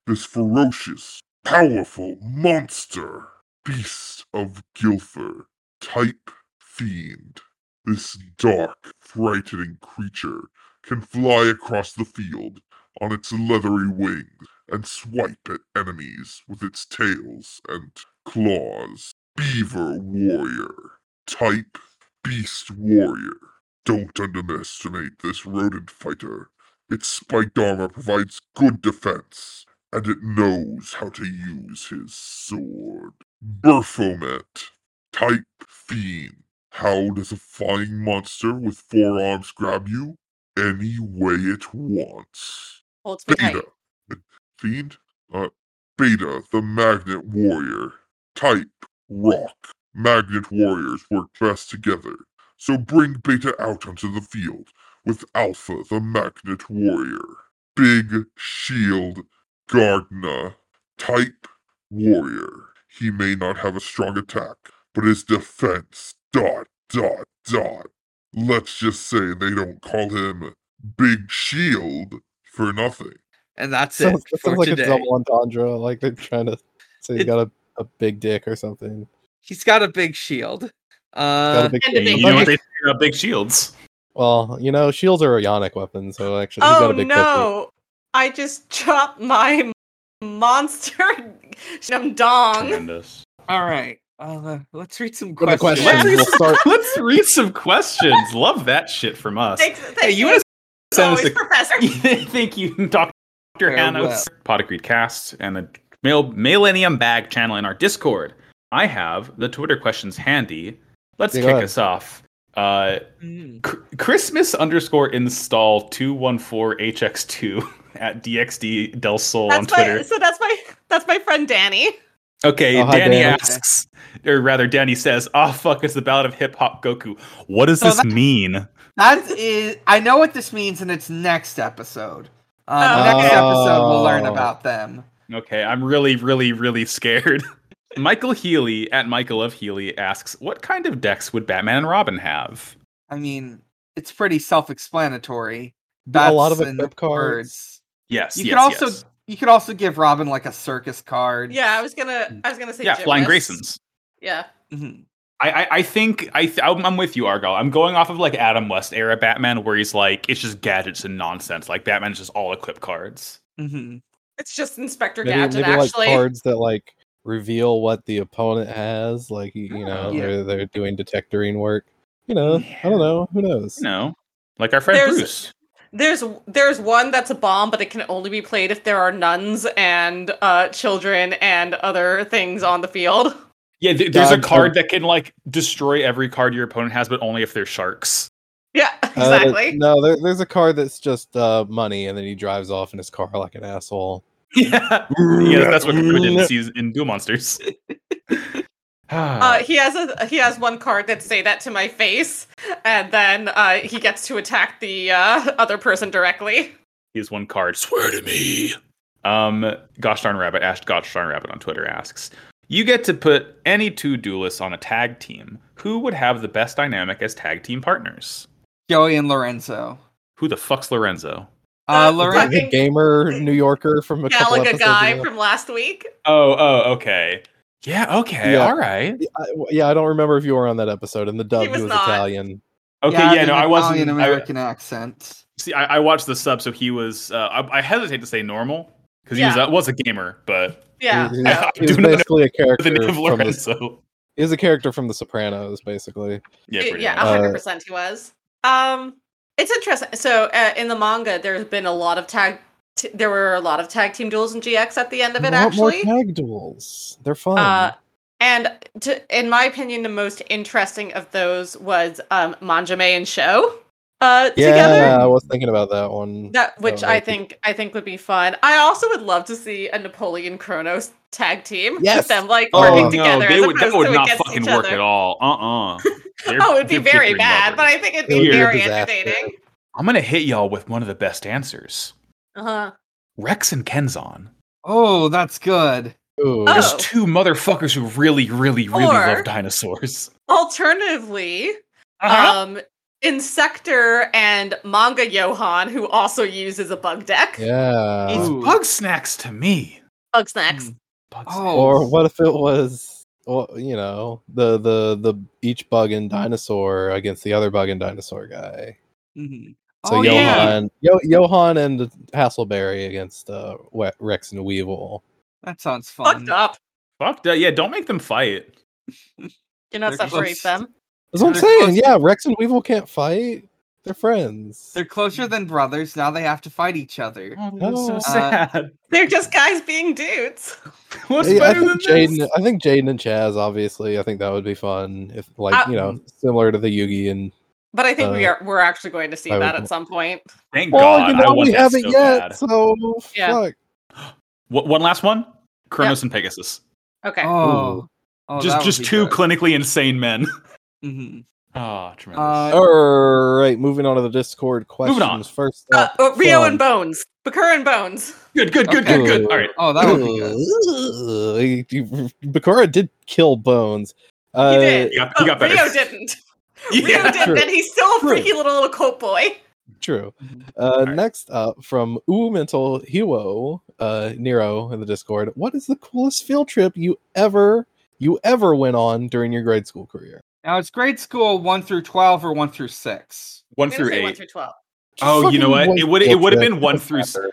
This ferocious, powerful monster. Beast of Guilfer. Type Fiend. This dark, frightening creature can fly across the field on its leathery wings and swipe at enemies with its tails and claws. Beaver Warrior. Type Beast Warrior. Don't underestimate this rodent fighter. Its spiked armor provides good defense, and it knows how to use his sword. Burfomet. Type Fiend. How does a flying monster with four arms grab you? Any way it wants. Holds me tight. Beta. Fiend? Uh, Beta, the Magnet Warrior. Type, Rock. Magnet Warriors work best together, so bring Beta out onto the field with Alpha, the Magnet Warrior. Big Shield Gardner. Type, Warrior. He may not have a strong attack, but his defense. Dot, dot, dot. Let's just say they don't call him Big Shield for nothing. and that's Sounds, it that for sounds like today. a double entendre. Like they're trying to say you It's- got a, a big dick or something. He's got a big shield. Got Uh, a big and a big You know what they say about big shields? Well, you know, shields are ionic weapons, so actually, he's got Oh a big dick. no! I just chopped my monster shum dong. Tremendous. all right. Uh, let's read some For the questions. questions, we'll start. Let's read some questions. Love that shit from us. Thanks, Hey, thanks you want as always, to Professor. Thank you, Dr. Hannos. Podagreed Cast and the Mil- Millennium Bag channel in our Discord. I have the Twitter questions handy. Let's Yeah, go kick ahead. us off. Uh, Mm. Cr- Christmas underscore install 214hx2 at DXD Del Sol on That's Twitter. my, so that's my that's my friend Danny. Okay, Oh, hi, Danny Dan. asks, or rather, Danny says, "Ah, fuck! It's the Ballad of Hip Hop Goku. What does So this that- mean?" That is, I know what this means, and it's next episode. Oh, Uh, next okay. episode, we'll learn Oh. about them. Okay, I'm really, really, really scared. Michael Healy at Michael of Healy asks, "What kind of decks would Batman and Robin have?" I mean, it's pretty self-explanatory. Yeah, a lot Bats of it and flip cards. birds. Yes, You yes, could also yes. you could also give Robin like a circus card. Yeah, I was gonna I was gonna say yeah, Flying gymnast. Graysons. Yeah, Mhm. I, I, I think I th- I'm I'm with you, Argyle. I'm going off of like Adam West era Batman, where he's like it's just gadgets and nonsense. Like Batman's just all equip cards. Mhm. it's just Inspector Maybe, Gadget maybe like actually. cards that like reveal what the opponent has. Like you, you know, Oh. Yeah. they're, they're doing detectoring work. You know, I don't know. Who knows? You know, like our friend There's- Bruce. There's there's one that's a bomb, but it can only be played if there are nuns and uh, children and other things on the field. Yeah, th- there's a God, card oh. that can like destroy every card your opponent has, but only if they're sharks. Yeah, Uh, exactly. no, there, there's a card that's just uh, money, and then he drives off in his car like an asshole. yeah, yeah, that's what Cooper did in, season, in Duel Monsters. Uh, he has a he has one card that say that to my face, and then uh, he gets to attack the uh, other person directly. Here's one card. Swear to me. Um, gosh darn rabbit. Ash gosh darn rabbit on Twitter asks, you get to put any two duelists on a tag team. Who would have the best dynamic as tag team partners? Joey and Lorenzo. Who the fuck's Lorenzo? Uh, Uh, Lorenzo. Fucking- The gamer New Yorker from a couple Galaga episodes guy ago. from last week. Oh, oh, okay. Yeah, okay, Yeah. all right. Yeah, I, yeah, I don't remember if you were on that episode. In the dub, he was was, not. Italian. Okay, Yeah, yeah, in no, an I wasn't. Italian I, American accent. see, I, I watched the sub, so he was. Uh, I, I hesitate to say normal because he was, Yeah. uh, was a gamer, but Yeah. He- I He's, do not know basically a the character name of from the, Lorenzo. he's a character from The Sopranos, basically. Yeah, It- pretty yeah, much. much. 100% he was. Um it's interesting. So uh, in the manga there's been a lot of tag t- there were a lot of tag team duels in GX at the end of I it want actually. more tag duels. They're fun. Uh and to, in my opinion, the most interesting of those was um, Manjame and Show uh, yeah, together. I was thinking about that one. That which So, I like- think I think would be fun. I also would love to see a Napoleon Kronos tag team Yes. with them like Oh, working no, together. they as would, that opposed would to not against fucking each work other. at all. Uh uh Oh, it'd be very bad, but I think it'd It would be be a very disaster. entertaining. I'm gonna hit y'all with one of the best answers. Uh-huh. Rex and Kenzon. Oh, that's good. Ooh. Oh. Just two motherfuckers who really, really, really Or- love dinosaurs. Alternatively, Uh-huh. um, Insector and Manga Johan, who also uses a bug deck, Yeah. It's Ooh. bug snacks to me. bug Mm-hmm, Hmm, snacks. Bug Oh. Or what if it was, well, you know, the the the each bug and dinosaur against the other bug and dinosaur guy. Mhm. So Oh, yeah. Johan, Yo- Johan and Hasselberry against uh, We- Rex and Weevil. That sounds fun. Fucked up. snacks. Fuck that. Yeah, don't make them fight. Do not They're close. separate them. That's what I'm They're saying. close. Yeah, Rex and Weevil can't fight. They're friends. They're closer than brothers. Now they have to fight each other. Oh, Uh, that's so so sad. sad. They're just guys being dudes. What's Hey, I better than think Jaden. this? I think Jaden and Chaz. Obviously, I think that would be fun. If like I- you know, similar to the Yugi and But I think we Uh, are we're actually going to see I would that go- at some point. Thank Well, God. Oh, you know, I want we that haven't so yet. bad. So Yeah. fuck. Wha- one last one. Kronos and Pegasus. Okay. Uh, Oh. oh, that just would just be two good. clinically insane men. Mhm. Ah, tremendous. Uh, All right, moving on to the Discord questions. Moving on. First, Uh, up, oh, Rio from- and Bones. Bakura and Bones. good, good, good, good, good. All right. Oh, that would be good. Ugh, oh, Bakura did kill Bones. Uh, He did. You got, But you got better. Oh, Rio didn't. Rio Yeah. didn't, true. and he's still a True. freaky little little coat boy. True. Uh, Mm-hmm. right. Next up from Ooh Mental Hero uh, Nero in the Discord. What is the coolest field trip you ever you ever went on during your grade school career? Now it's grade school one through twelve or one through six. One I'm gonna through say eight. one through twelve. Oh, you know Fucking what? It white would- it field would've trip. been one Doesn't through s- matter.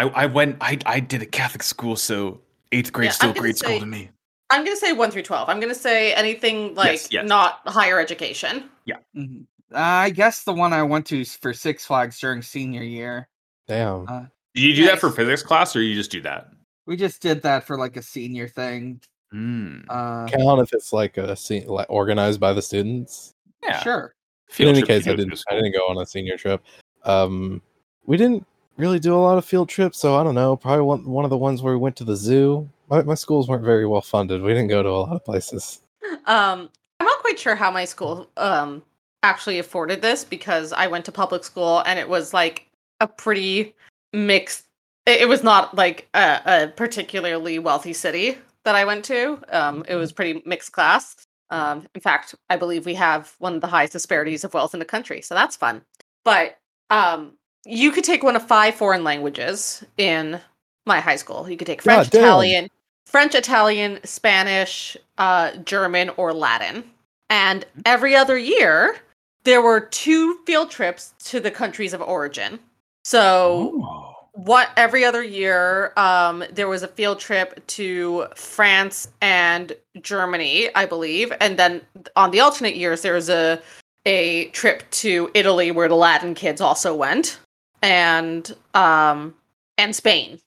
I, I went. I I did a Catholic school, so eighth grade Yeah, I'm still gonna grade say- school to me. I'm gonna say one through twelve. I'm gonna say anything like Yes, yes. not higher education. Mhm. Uh, I guess the one I went to is for Six Flags during senior year. Damn. Uh-huh. Uh, Did you do that for Nice. physics class, or you just do that? We just did that for like a senior thing. Mm. Uh, Count if it's like a scene like organized by the students. Yeah. Sure. Field in any trip to case, go I through didn't. I school. didn't go on a senior trip. Um, we didn't really do a lot of field trips, so I don't know. Probably one one of the ones where we went to the zoo. My, my schools weren't very well funded. We didn't go to a lot of places. Um, I'm not quite sure how my school um actually afforded this because I went to public school and it was like a pretty mixed. It it was not like a, a particularly wealthy city that I went to. Um, it was pretty mixed class. Um, in fact, I believe we have one of the highest disparities of wealth in the country, so that's fun. But um, you could take one of five foreign languages in my high school. You could take French, Goddamn. Italian, French, Italian, Spanish, uh, German, or Latin. And every other year, there were two field trips to the countries of origin. So Oh. what every other year um there was a field trip to France and Germany I believe and then on the alternate years there was a a trip to Italy where the Latin kids also went and um and Spain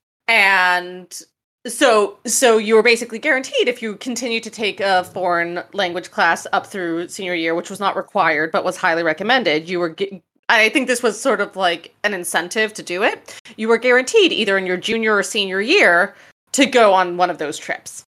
and so so you were basically guaranteed if you continued to take a foreign language class up through senior year which was not required but was highly recommended you were ge- I think this was sort of like an incentive to do it. You were guaranteed either in your junior or senior year to go on one of those trips.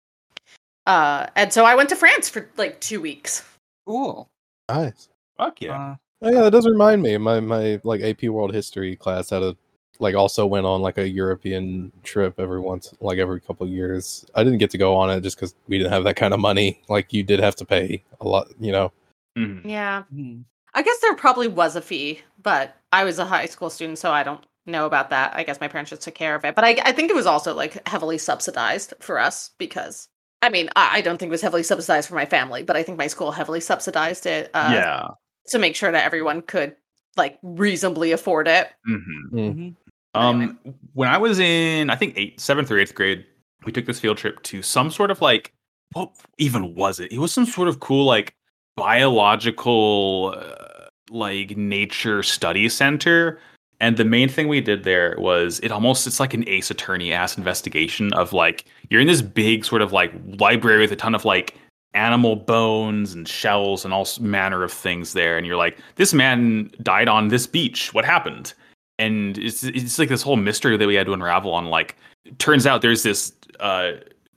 Uh, and so I went to France for like two weeks. Cool. Nice. Fuck yeah. Uh, Oh yeah, that does remind me. My my like AP World History class had a like also went on like a European trip every once like every couple of years. I didn't get to go on it just because we didn't have that kind of money. Like you did have to pay a lot, you know. Mhm. Yeah. mhm. I guess there probably was a fee, but I was a high school student, so I don't know about that. I guess my parents just took care of it. But I, I think it was also like heavily subsidized for us because, I mean, I, I don't think it was heavily subsidized for my family, but I think my school heavily subsidized it. Uh, yeah. to make sure that everyone could like reasonably afford it. Mhm. Mm. Mhm. Hmm. Um, when I was in, I think eight, seventh or eighth grade, we took this field trip to some sort of like what even was it? It was some sort of cool like biological uh, like nature study center. And the main thing we did there was it almost it's like an Ace Attorney ass investigation of like you're in this big sort of like library with a ton of like animal bones and shells and all s- manner of things there and you're like this man died on this beach what happened and it's it's like this whole mystery that we had to unravel on like turns out there's this uh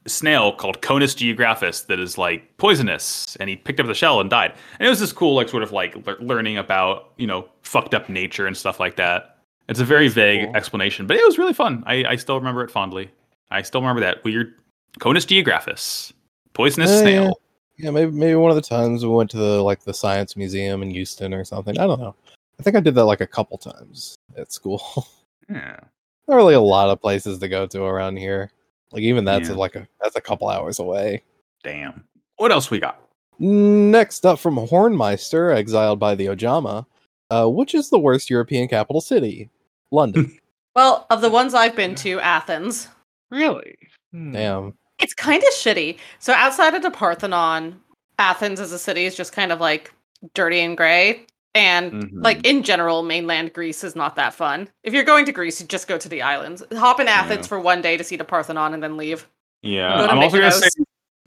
snail called conus geographus that is like poisonous and he picked up the shell and died and it was this cool like sort of like lear- learning about you know fucked up nature and stuff like that it's a very vague Cool. explanation but it was really fun i i still remember it fondly i still remember that weird conus geographus poisonous Oh, snail yeah. Yeah, maybe maybe one of the times we went to the like the science museum in Houston or something. I don't know. I think I did that like a couple times at school. yeah Not really a lot of places to go to around here. Like even that's Yeah. like a that's a couple hours away. damn what else we got Next up from Hornmeister, exiled by the Ojama, uh, which is the worst European capital city? London. Well, of the ones I've been to, Athens. Really? Hmm. Damn. It's kind of shitty. So outside of the Parthenon, Athens as a city is just kind of like dirty and gray. And Mm-hmm. like in general, mainland Greece is not that fun. If you're going to Greece, you just go to the islands. Hop in Athens Yeah. for one day to see the Parthenon and then leave. yeah Go to i'm also gonna Mykonos. say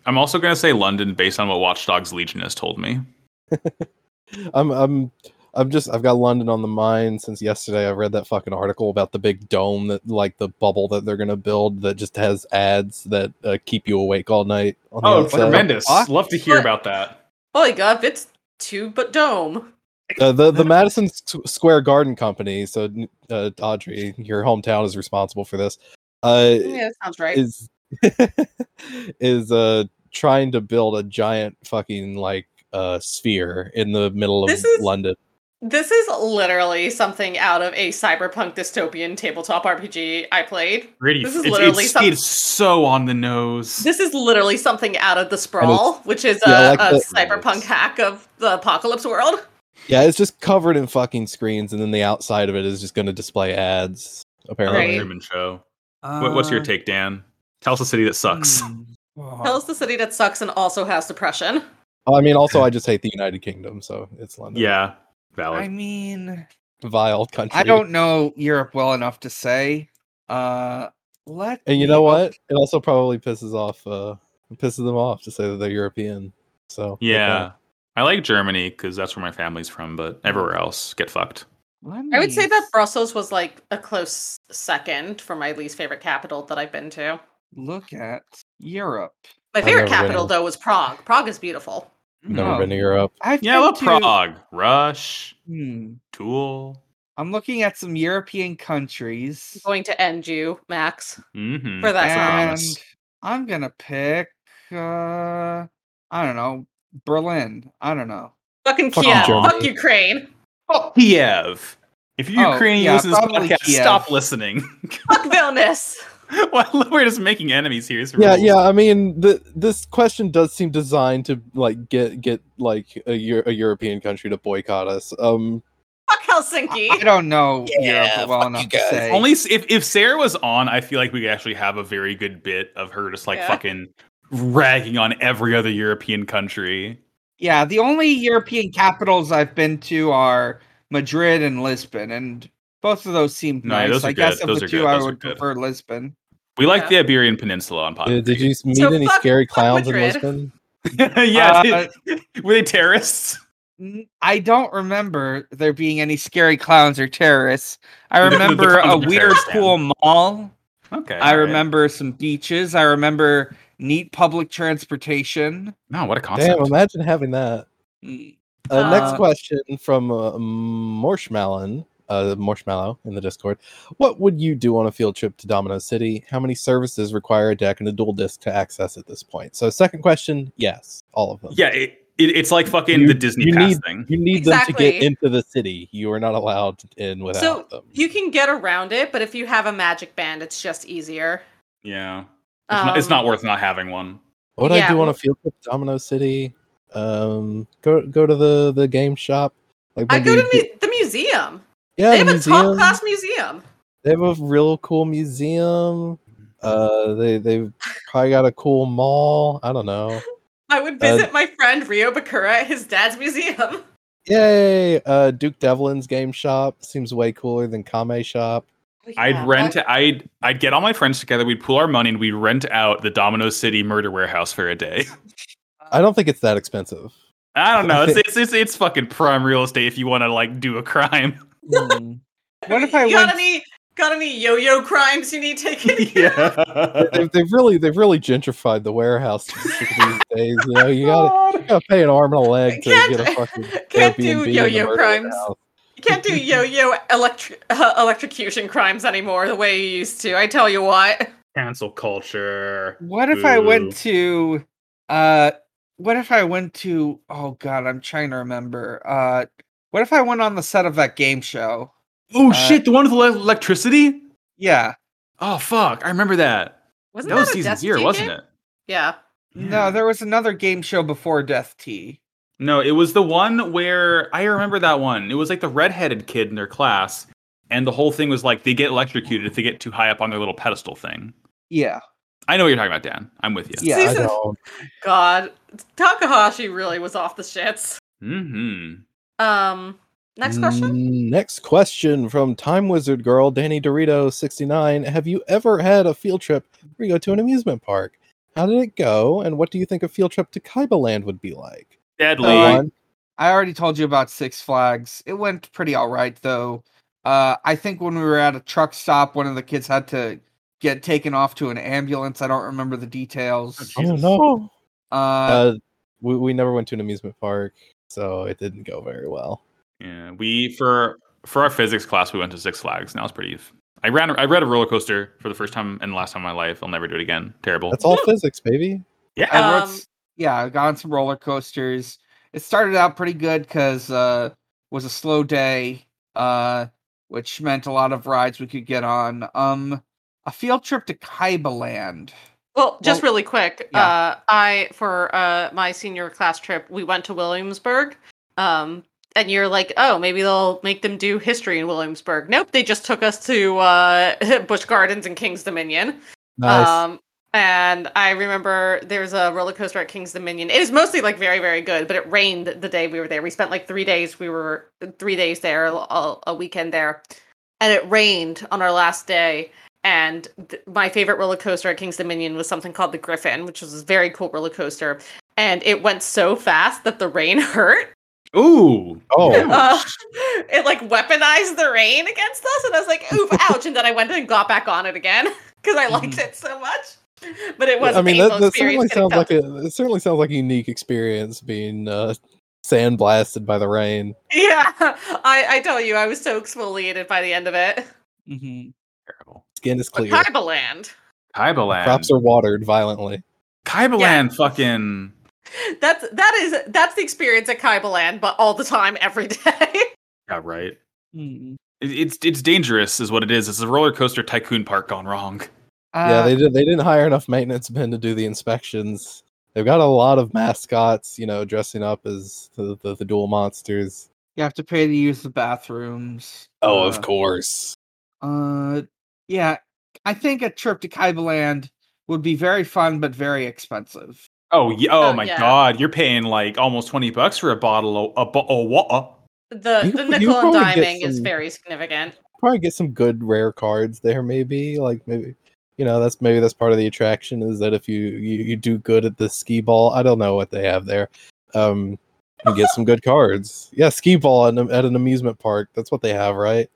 i'm also gonna say london based on what watchdogs legion has told me I'm I'm I'm just I've got London on the mind since yesterday. I read that fucking article about the big dome that like the bubble that they're gonna build that just has ads that uh, keep you awake all night. On Oh, the outside. Fuck. love to What? about that Holy God, it's two but dome. Uh, the the Madison S- Square Garden Company. So uh, Audrey, your hometown is responsible for this. Uh, Yeah, that sounds right. is is uh trying to build a giant fucking like uh sphere in the middle of This is- London. This is literally something out of a cyberpunk dystopian tabletop RPG I played. Pretty. This is it's, literally it's, some- it's so on the nose. This is literally something out of the sprawl, which is a, Yeah, I like a the- cyberpunk hack of the apocalypse world. Yeah, it's just covered in fucking screens, and then the outside of it is just going to display ads. Another Apparently, Right. Truman Show. What, what's your Uh, take, Dan? Tell us a city that sucks. hmm. Oh. Tell us the city that sucks and also has depression. Oh, I mean, also I just hate the United Kingdom, so it's London. Yeah, I valid. mean, vile country. I don't know Europe well enough to say. Uh, let And you me know op- what? It also probably pisses off, uh, pisses them off to say that they're European. So yeah, I like Germany because that's where my family's from. But everywhere else, get fucked. Let I would say me that Brussels was like a close second for my least favorite capital that I've been to. Look at Europe. My I've favorite never been capital to- though was Prague. Prague is beautiful. I've never Oh. No, been to Europe. I've Yeah, I love been to- Prague, Rush, Hmm, Tool. I'm looking at some European countries, I'm going to end you, Max, Mm-hmm. for that. sentence. and promise. I'm gonna pick. Uh, I don't know Berlin. I don't know. Fucking Fucking Kiev. Germany. Fuck Ukrainian. Fuck Kiev. Oh, If you Oh, Ukrainian yeah, listen to this probably podcast, Kiev. stop listening. Fuck Vilnius. Well, We're just making enemies here. It's Yeah, rules. yeah. I mean, the, this question does seem designed to like get get like a, Eu- a European country to boycott us. Um, Fuck I, Helsinki. I don't know Yeah, Europe well fuck you enough to guys. say. Only s- if if Sarah was on, I feel like we could actually have a very good bit of her just like Yeah. fucking ragging on every other European country. Yeah, the only European capitals I've been to are Madrid and Lisbon, and both of those seem No, nice. those are I guess good. of Those the are two, good. I Those are would good. prefer Lisbon. We like Yeah. the Iberian Peninsula on pod. did, did you meet So any fuck- scary fuck clowns in Madrid. Lisbon? yeah, Uh, did- were they terrorists? N- I don't remember there being any scary clowns or terrorists. I The- the remember a clowns were weird, terrorists, cool mall. Okay, I all right. remember some beaches. I remember neat public transportation. No, what a concept. Damn, imagine having that. Mm, Uh, next Uh, question from uh, Marshmallow, uh, Marshmallow in the Discord. What would you do on a field trip to Domino City? How many services require a deck and a dual disc to access at this point? So, second question, yes, all of them. yeah, it, it, it's like fucking You- the Disney you Pass need- thing. You need them to get Exactly. into the city. You are not allowed in without So, them. You can get around it, but if you have a magic band, it's just easier. Yeah, it's, not, it's Um, not worth not having one. What I yeah. do on a field trip to Domino City? Um, go go to the the game shop. Like I go maybe to get- mu- the museum. yeah, they have the a top museum. class museum. They have a real cool museum. Uh, they they probably got a cool mall. I don't know. I Uh, would visit my friend Rio Bakura at his dad's Oh, museum. Yay! Uh, Duke Devlin's game shop seems way cooler than Kame Shop. I'd rent. I'd I'd get all my friends together. We'd pool our money and we'd rent out the Domino City Murder Warehouse for a day. I don't think it's that expensive. I don't know. It's it's it's, it's fucking prime real estate if you want to like do a crime. What if I you got went? any got any yo-yo crimes you need taken? here? yeah. they've, they've really they've really gentrified the warehouse these days. You know, you gotta, you gotta pay an arm and a leg to Can't- get a fucking Can't Airbnb in do the yo-yo murder crimes. house. You can't do yo-yo electri- uh, electrocution crimes anymore the way you used to. I tell you what. Cancel culture. What if I Boo. went to? Uh, what if I went to? Oh God, I'm trying to remember. Uh, what if I went on the set of that game show? Oh Uh, shit! The one with le- electricity. Yeah. Oh fuck! I remember that. Wasn't That was a season Destiny zero, wasn't game? it? Yeah. Hmm. No, there was another game show before Death Tea. No, it was the one where I remember that one. It was like the redheaded kid in their class, and the whole thing was like they get electrocuted if they get too high up on their little pedestal thing. Yeah. I know what you're talking about, Dan. I'm with you. Yeah. I Season- don't. God, Takahashi really was off the shits. Mm-hmm. Um, next question. Mm, Next question from Time Wizard Girl Danny Dorito sixty nine. Have you ever had a field trip where you go to an amusement park? How did it go, and what do you think a field trip to Kaiba Land would be like? Deadly. Uh, One, I already told you about Six Flags. It went pretty all right though. Uh, I think when we were at a truck stop, one of the kids had to get taken off to an ambulance. I don't remember the details. Oh, Jesus. no! Uh, Uh, we, we never went to an amusement park, so it didn't go very well. yeah, we for for our physics class we went to Six Flags, and that was pretty. I ran. I read a roller coaster for the first time and last time in my life. I'll never do it again. Terrible. That's all physics, baby. yeah. I Um, rode s- yeah, I got on some roller coasters. It started out pretty good because uh, was a slow day, uh, which meant a lot of rides we could get on. Um, a field trip to Kaiba Land. Well, just well, really quick. yeah. Uh, I for uh my senior class trip, we went to Williamsburg. Um, and you're like, oh, maybe they'll make them do history in Williamsburg. Nope, they just took us to uh Busch Gardens and King's Dominion. Nice. Um, and I remember there's a roller coaster at King's Dominion. It is mostly like very, very good, but it rained the day we were there. We spent like three days. We were three days there, a, a weekend there, and it rained on our last day. And th- my favorite roller coaster at King's Dominion was something called the Griffin, which was this very cool roller coaster. And it went so fast that the rain hurt. Ooh. Oh. Uh, it like weaponized the rain against us, and I was like, "Oof, ouch!" And then I went and got back on it again because I liked it so much. But it was. Mm-hmm. I a mean, painful that, that experience certainly getting sounds like felt- a it certainly sounds like a unique experience being uh, sandblasted by the rain. Yeah, I, I tell you, I was so exfoliated by the end of it. Mm-hmm. Terrible. Skin is But clear. Kaiba Land. Kaiba Land. Crops are watered violently. Kaiba Yeah. Land. Fucking. That's that is that's the experience at Kaiba Land, but all the time, every day. Yeah. Right. Mm-hmm. It, it's it's dangerous, is what it is. It's a roller coaster tycoon park gone wrong. Uh, yeah, they did. They didn't hire enough maintenance men to do the inspections. They've got a lot of mascots, you know, dressing up as the, the, the dual monsters. you have to pay to use the bathrooms. Oh, Uh, course. Uh, yeah, I think a trip to Kaiba Land would be very fun but very expensive. Oh, yeah, oh Oh, my yeah. god, you're paying like almost 20 bucks for a bottle of a bo- of wa- The You- the you nickel and probably get diming is some- very significant. Probably get some good rare cards there. Maybe like maybe you know that's maybe that's part of the attraction is that if you you, you do good at the skee ball, I don't know what they have there. Um, you get some good cards. Yeah, skee ball at an, at an amusement park. That's what they have, right?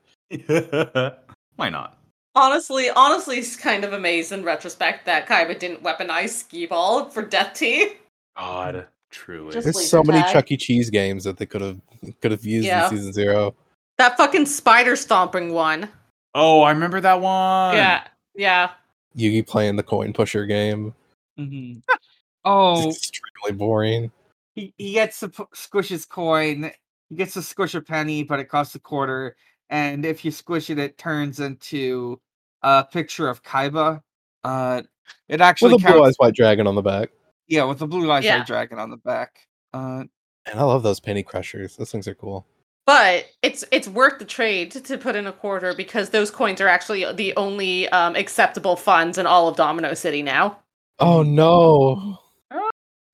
Why not? Honestly, honestly, it's kind of amazed in retrospect that Kaiba didn't weaponize skee ball for death tea. God, truly. Just- There's so many Laser tag. Chuck E. Cheese games that they could have could have used Yeah. in season zero. That fucking spider stomping one. oh, I remember that one. Yeah, yeah. Yugi playing the coin pusher game. Mm-hmm. It's oh, extremely boring. he, he gets to pu- squish his coin. He gets to squish a penny, but it costs a quarter. And if you squish it, it turns into a picture of Kaiba. Uh, it With actually a blue eyes counts. white dragon on the back. Yeah, with the blue eyes Yeah. red dragon on the back. Uh, And I love those penny crushers. Those things are cool. But it's it's worth the trade to put in a quarter because those coins are actually the only um, acceptable funds in all of Domino City now. Oh no.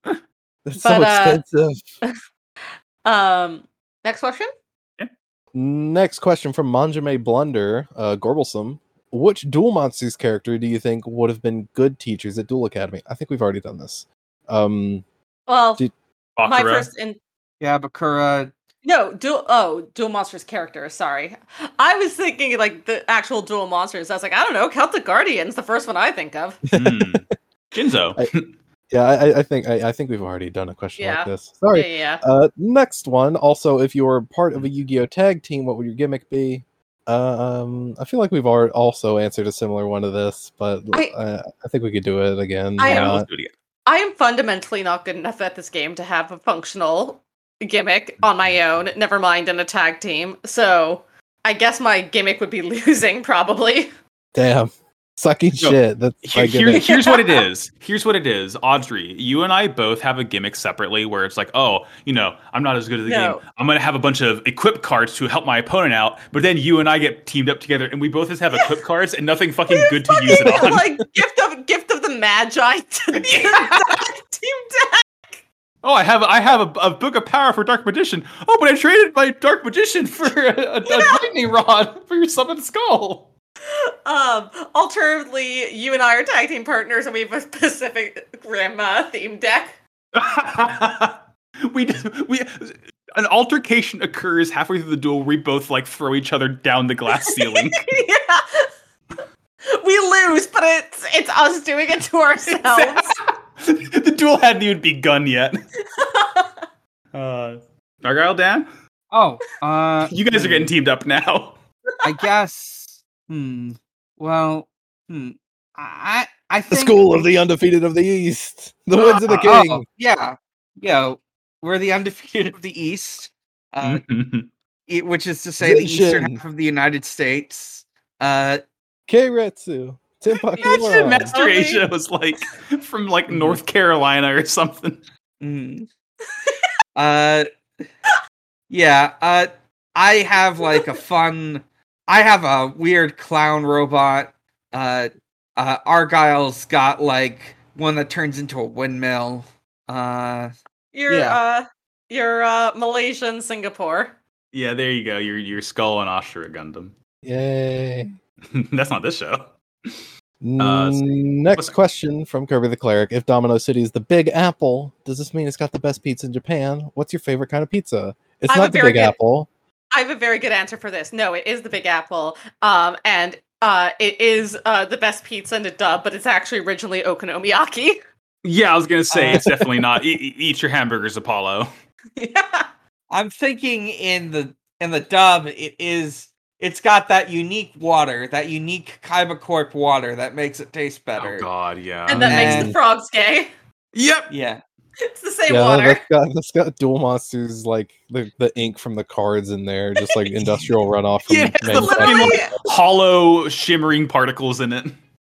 That's so But, uh, expensive. Um, next question. Next question from Manjame Blunder, uh, Gorblesome. Which Duel Monsters character do you think would have been good teachers at Duel Academy? I think we've already done this. Um, Well, Did- Bakura. my first in Yeah, Bakura. No, dual. Oh, dual monsters characters. Sorry, I was thinking like the actual dual monsters. I was like, I don't know, Celtic Guardians, the first one I think of. Hmm. Jinzo. yeah, I, I- I think I, I think we've already done a question Yeah. like this. Sorry. Yeah, yeah. Uh, next one. Also, if you were part of a Yu-Gi-Oh tag team, what would your gimmick be? Um, I feel like we've already also answered a similar one to this, but I- I, I think we could do it again. I Why am- yeah, not? let's do it again. I am fundamentally not good enough at this game to have a functional gimmick on my own. Never mind in a tag team. So I guess my gimmick would be losing probably. Damn, sucking No. shit. That's Here- my here- gimmick. here's what it is. Here's what it is. Audrey, you and I both have a gimmick separately where it's like, oh, you know, I'm not as good at the No. game. I'm going to have a bunch of equip cards to help my opponent out. But then you and I get teamed up together and we both just have equip cards and nothing fucking good to use it on. like gift of gift of the magi to the tag team deck. oh, I have I have a, a book of power for Dark Magician. Oh, but I traded my Dark Magician for a, a, a lightning rod for your summoned skull. Um, alternatively, you and I are tag team partners, and we have a Pacific Rim uh, theme deck. we just, we an altercation occurs halfway through the duel. We both like throw each other down the glass ceiling. yeah, we lose, but it's it's us doing it to ourselves. the duel hadn't even begun yet. Uh, Argyle, Dan, Oh, uh, you guys are getting teamed up now. I guess. Hmm. Well. Hmm. I. I The think. school of the undefeated of the East, the Uh, winds of the Oh, king. yeah. Yeah. We're the undefeated of the East, uh, e- which is to say the eastern Mm-hmm. Vision. half of the United States. Uh, Keiretsu, Imagine Tenpakura. Master Asia was like from like Mm-hmm. North Carolina or something. mm. uh, yeah. Uh, I have like a fun. I have a weird clown robot. Uh, uh, Argyle's got like one that turns into a windmill. Uh, you're Yeah. uh, you're uh, Malaysian Singapore. Yeah, there you go. Your your skull and Ashura Gundam. Yay. That's not this show. Uh, so- Next what's- question from Kirby the Cleric. If Domino City is the Big Apple, does this mean it's got the best pizza in Japan? What's your favorite kind of pizza? It's I'm a not the very Big good- Apple. I have a very good answer for this. No, it is the Big Apple, um, and uh, it is uh, the best pizza in a dub, but it's actually originally Okonomiyaki. Yeah, I was gonna say Uh, it's definitely not. E- e- eat your hamburgers, Apollo. yeah. I'm thinking in the in the dub it is it's got that unique water, that unique Kaiba Corp water that makes it taste better. Oh God, yeah. and that makes the man. frogs gay. yep. Yeah. It's the same yeah, water. that's got that's got dual monsters like the, the ink from the cards in there, just like industrial runoff. From Yeah, it's the manufacturing. fucking- Literally, Hollow, shimmering particles in it.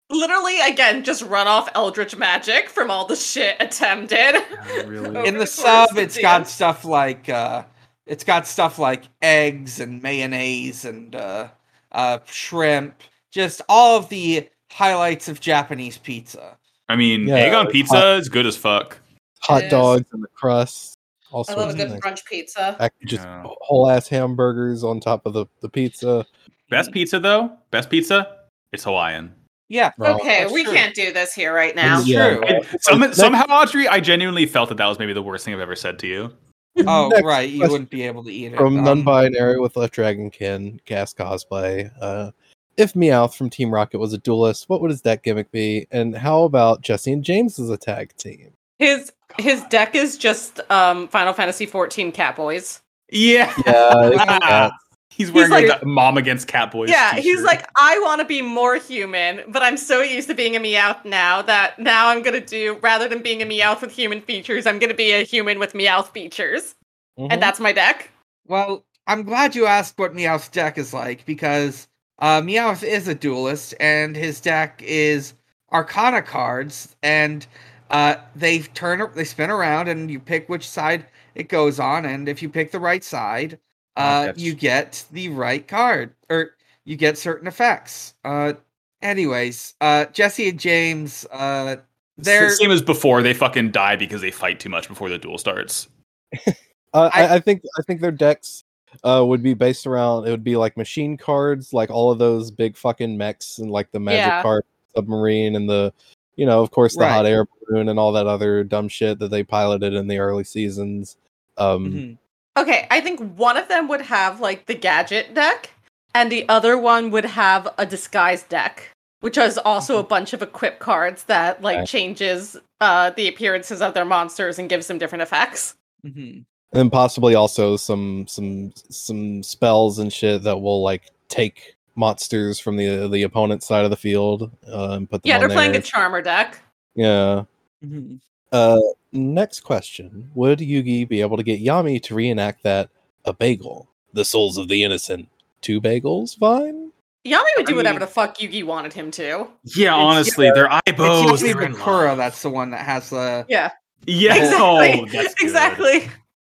literally again, just run off Eldritch magic from all the shit attempted. really. Oh. In the Of course, sub it's yeah. got stuff like uh it's got stuff like eggs and mayonnaise and uh uh shrimp, just all of the highlights of Japanese pizza. I mean, Yeah, egg on it's pizza Uh, hot. is good as fuck. hot Yes. dogs and the crust. All I sorts love a of good things. brunch pizza. Ac- Just Yeah. whole ass hamburgers on top of the, the pizza. Best pizza though, best pizza, it's Hawaiian. Yeah. Raw. okay, That's we true. can't do this here right now. Yeah. true. And some, somehow, Audrey, I genuinely felt that that was maybe the worst thing I've ever said to you. Oh Next right, you question wouldn't be able to eat it. from um, non-binary with left dragonkin cast cosplay uh if meowth from team rocket was a duelist what would his deck gimmick be and how about jesse and james as a tag team His his deck is just um Final Fantasy 14 Catboys. Yeah. Ah, yeah He's wearing like, like- that mom against Catboy. yeah, he's like, I want to be more human, but I'm so used to being a Meowth now that now I'm gonna do rather than being a Meowth with human features, I'm gonna be a human with Meowth features, Mm-hmm. Uh-huh. and that's my deck. Well, I'm glad you asked what Meowth's deck is like because uh, Meowth is a duelist, and his deck is Arcana cards, and uh, they turn, they spin around, and you pick which side it goes on, and if you pick the right side, uh, Ah, that's- you get the right card or you get certain effects. Uh, anyways, uh, Jesse and James, uh, they're It's the same as before. They fucking die because they fight too much before the duel starts. Uh, I, I- I think I think their decks uh, would be based around it would be like machine cards, like all of those big fucking mechs and like the magic Yeah. card submarine and the you know of course the Right. hot air balloon and all that other dumb shit that they piloted in the early seasons. Um, Mm-hmm. Mhm. Okay, I think one of them would have like the gadget deck, and the other one would have a disguise deck, which is also a bunch of equip cards that like Right. changes uh, the appearances of their monsters and gives them different effects. Mhm. and then possibly also some some some spells and shit that will like take monsters from the the opponent's side of the field uh, and put them. yeah, on they're playing there. a charmer deck. yeah. Mhm. Uh, next question: Would Yugi be able to get Yami to reenact that a bagel, the souls of the innocent, two bagels vine? Yami would do I whatever mean- the fuck Yugi wanted him to. Yeah, It's- honestly, their It's eyebrows. usually they're in Bakura line. that's the one that has the Yeah, yeah, exactly. oh, that's good. exactly.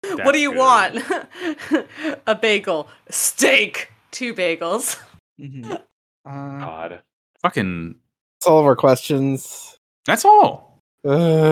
what That's do you good. want? a bagel, steak, two bagels. Mhm. Uh, God, fucking. That's all of our questions. That's all.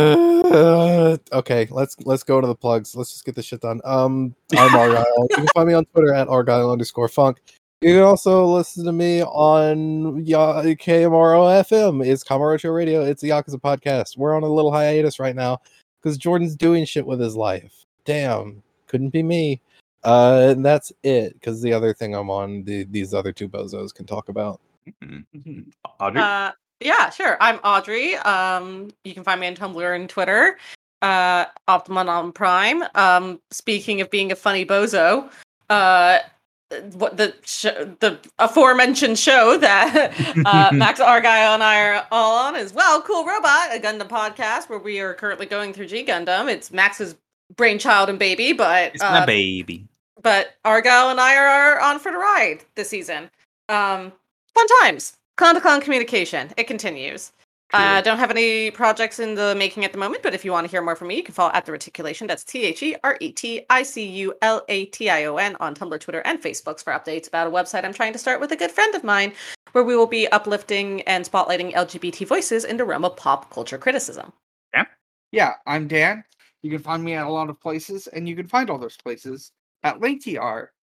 Uh, okay, let's let's go to the plugs. Let's just get this shit done. Um, I'm Argyle. You can find me on Twitter at argyle underscore funk. You can also listen to me on Ya- KMRO FM. It's Kamarocho Radio. It's the Yakuza podcast. We're on a little hiatus right now because Jordan's doing shit with his life. Damn, couldn't be me. Uh, and that's it because the other thing I'm on, the, these other two bozos can talk about. Mhm. Audrey? Uh, yeah, sure. I'm Audrey. Um, you can find me on Tumblr and Twitter. Uh, Optimum on Prime. Um, speaking of being a funny bozo, uh, what the sh- the aforementioned show that uh, Max Argyle and I are all on is well, Cool Robot, a Gundam podcast where we are currently going through G Gundam. It's Max's brainchild and baby, but it's uh, my baby. but Argyle and I are on for the ride this season. Um, fun times. Clown to clown communication. It continues. I uh, don't have any projects in the making at the moment, but if you want to hear more from me, you can follow at the reticulation. That's T H E R E T I C U L A T I O N on Tumblr, Twitter, and Facebooks for updates about a website I'm trying to start with a good friend of mine, where we will be uplifting and spotlighting LGBT voices in the realm of pop culture criticism. yeah, I'm Dan. You can find me at a lot of places, and you can find all those places at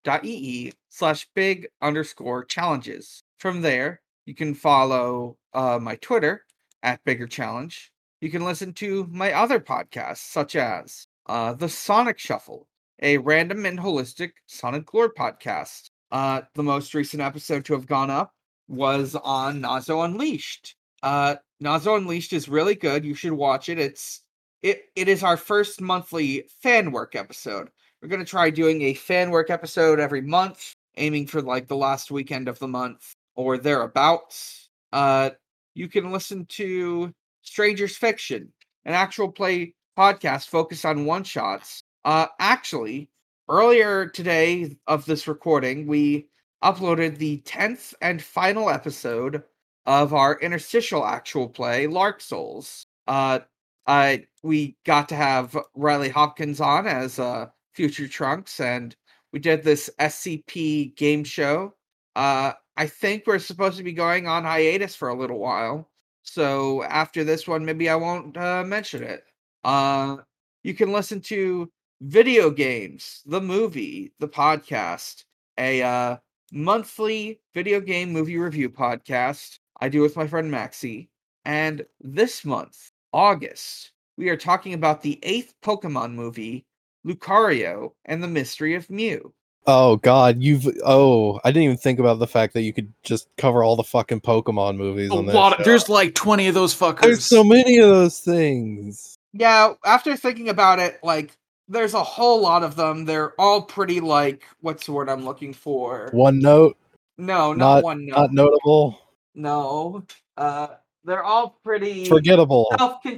linktr.ee slash big underscore challenges. From there, you can follow uh, my Twitter at bigger challenge. You can listen to my other podcasts, such as uh, The Sonic Shuffle, a random and holistic Sonic lore podcast. Uh, the most recent episode to have gone up was on Nazo Unleashed. Uh, Nazo Unleashed is really good. You should watch it. It's it it is our first monthly fan work episode. We're gonna try doing a fan work episode every month, aiming for like the last weekend of the month or thereabouts. Uh, you can listen to Strangers Fiction, an actual play podcast focused on one shots. Uh, actually, earlier today of this recording, we uploaded the tenth and final episode of our interstitial actual play, Lark Souls. Uh, I we got to have Riley Hopkins on as uh, Future Trunks, and we did this SCP game show. Uh, I think we're supposed to be going on hiatus for a little while, so after this one, maybe I won't uh, mention it. Uh, you can listen to video games, the movie, the podcast, a uh, monthly video game movie review podcast I do with my friend Maxie. And this month, August, we are talking about the eighth Pokemon movie, Lucario and the Mystery of Mew. Oh God, you've oh I didn't even think about the fact that you could just cover all the fucking Pokemon movies A on this. lot show. of, there's like 20 of those fuckers. uh, There's so many of those things. Yeah, after thinking about it, like there's a whole lot of them. They're all pretty like what's the word I'm looking for? One note, No, not, Not- one. No, not notable, no. Uh, they're all pretty forgettable.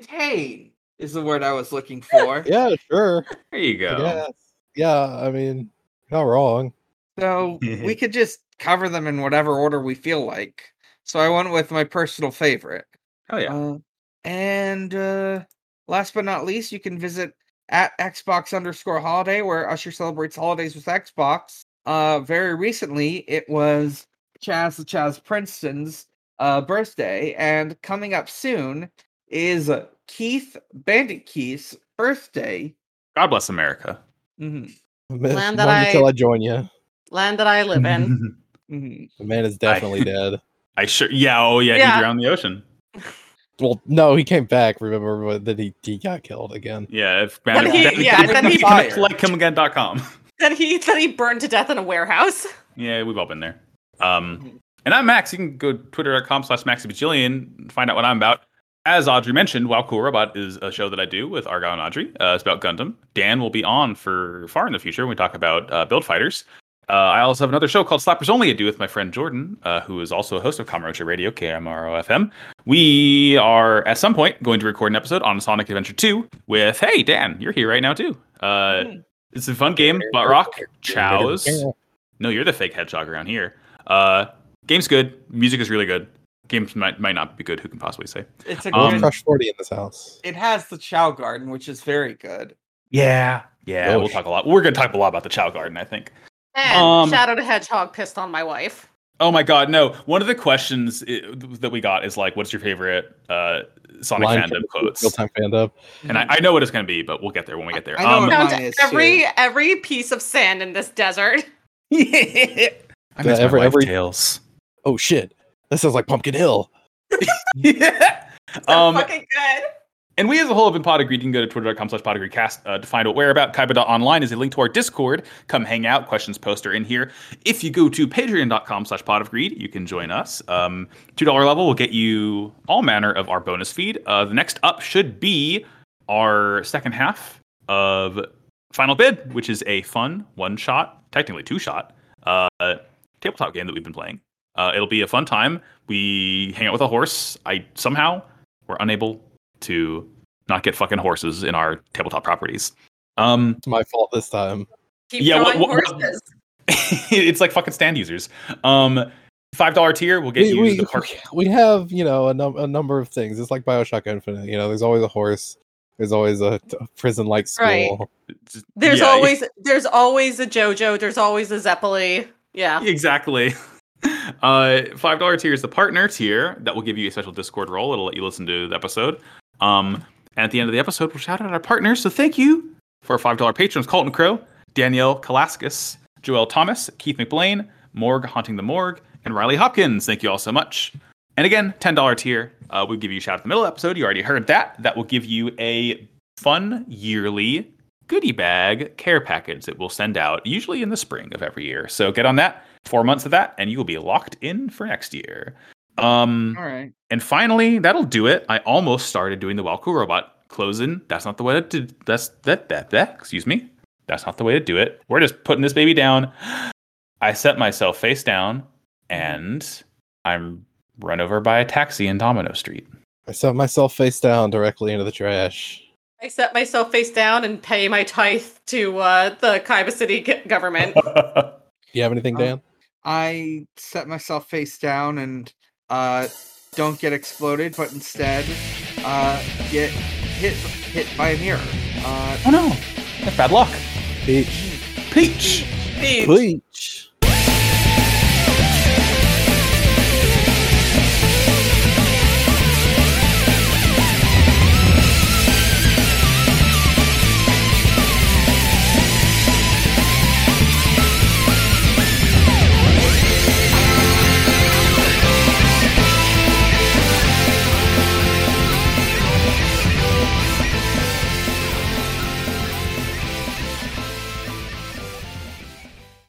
self-contained. Is the word I was looking for. Yeah, sure. There you go. Yeah, yeah. I mean, you're not wrong. So we could just cover them in whatever order we feel like. So I went with my personal favorite. Hell yeah. Uh, and uh, last but not least, you can visit at Xbox underscore holiday where Usher celebrates holidays with Xbox. uh, very recently, it was Chaz the Chaz Princeton's uh, birthday, and coming up soon is Keith Bandit Keith's birthday. God bless America. Mhm, Land that I- until I join you. Land that I live in. mhm. The man is definitely dead. I sure. Yeah. Oh yeah. Yeah. He drowned in the ocean. Well, no, he came back. Remember, but then he, he got killed again. Yeah. If Then Bandit- he- Bandit- yeah, then he- connect to likehimagain.com. That he that he burned to death in a warehouse. Yeah, we've all been there. Um, and I'm Max. You can go to twitter.com slash maxibajillion and find out what I'm about. As Audrey mentioned, Wow Cool Robot is a show that I do with Argyle and Audrey. Uh, it's about Gundam. Dan will be on for far in the future when we talk about uh, build fighters. Uh, I also have another show called Slappers Only I do with my friend Jordan, uh, who is also a host of Kamarocha Radio, KMRO FM. We are at some point going to record an episode on Sonic Adventure 2 with, hey, Dan, you're here right now too. Uh, it's a fun game, Butt Rock, Chows. No, you're the fake hedgehog around here. Uh, game's good. Music is really good. Games might, might not be good. Who can possibly say? It's a Um, good- Crush forty in this house. It has the Chow Garden, which is very good. Yeah. Yeah. Oh, we'll sh- talk a lot. We're going to talk a lot about the Chow Garden, I think. And Um, Shadow the Hedgehog pissed on my wife. Oh my God. No. One of the questions i that we got is like, what's your favorite uh, Sonic fandom quotes? Real time fandom. And I, I know what it's going to be, but we'll get there when we get there. I know um, what- Found mine is every too. every piece of sand in this desert. I miss Uh, every- my wife every- tales. Oh shit! That sounds like Pumpkin Hill. So Um, fucking good. And we as a whole have been Pot of Greed. You can go to twitter.com slash podagreedcast uh, to find out where about. Kaiba.online is a link to our Discord. Come hang out. Questions posts are in here. If you go to patreon.com slash pot of greed, you can join us. Um, $2 level will get you all manner of our bonus feed. Uh, the next up should be our second half of Final Bid, which is a fun one shot, technically two shot, uh, tabletop game that we've been playing. Uh, it'll be a fun time. We hang out with a horse. I somehow were unable to not get fucking horses in our tabletop properties. Um, It's my fault this time. Keep Yeah, what- drawing what- what- horses. it's like fucking stand users. Um, Five dollar tier will get we, you we, the park. we have you know a, num- a number of things it's like bioshock infinite you know there's always a horse there's always a prison like school Right. There's Yeah, always there's always a JoJo. There's always a Zeppeli. Yeah. exactly. Uh, five dollar tier is the partner tier that will give you a special Discord role. It'll let you listen to the episode. Um, and at the end of the episode, we'll shout out our partners. So thank you for our five dollar patrons: Colton Crow, Danielle Kalaskis, Joel Thomas, Keith McBlain, Morg Haunting the Morgue, and Riley Hopkins. Thank you all so much. And again, ten dollar tier. Uh, we give you a shout out at the middle of the episode. You already heard that. That will give you a fun yearly goodie bag care package that we'll send out usually in the spring of every year. So get on that. Four months of that, and you will be locked in for next year. Um, All right. and finally, that'll do it. I almost started doing the Walku robot closing. That's not the way to do. That's that that that. Excuse me. That's not the way to do it. We're just putting this baby down. I set myself face down, and I'm run over by a taxi in Domino Street. i set myself face down directly into the trash I set myself face down and pay my tithe to uh, the Kaiba City g- government. do you have anything Um, dan I set myself face down and uh, don't get exploded, but instead uh, get hit hit by a mirror. Uh, oh no! That's bad luck. peach Peach. Please. peach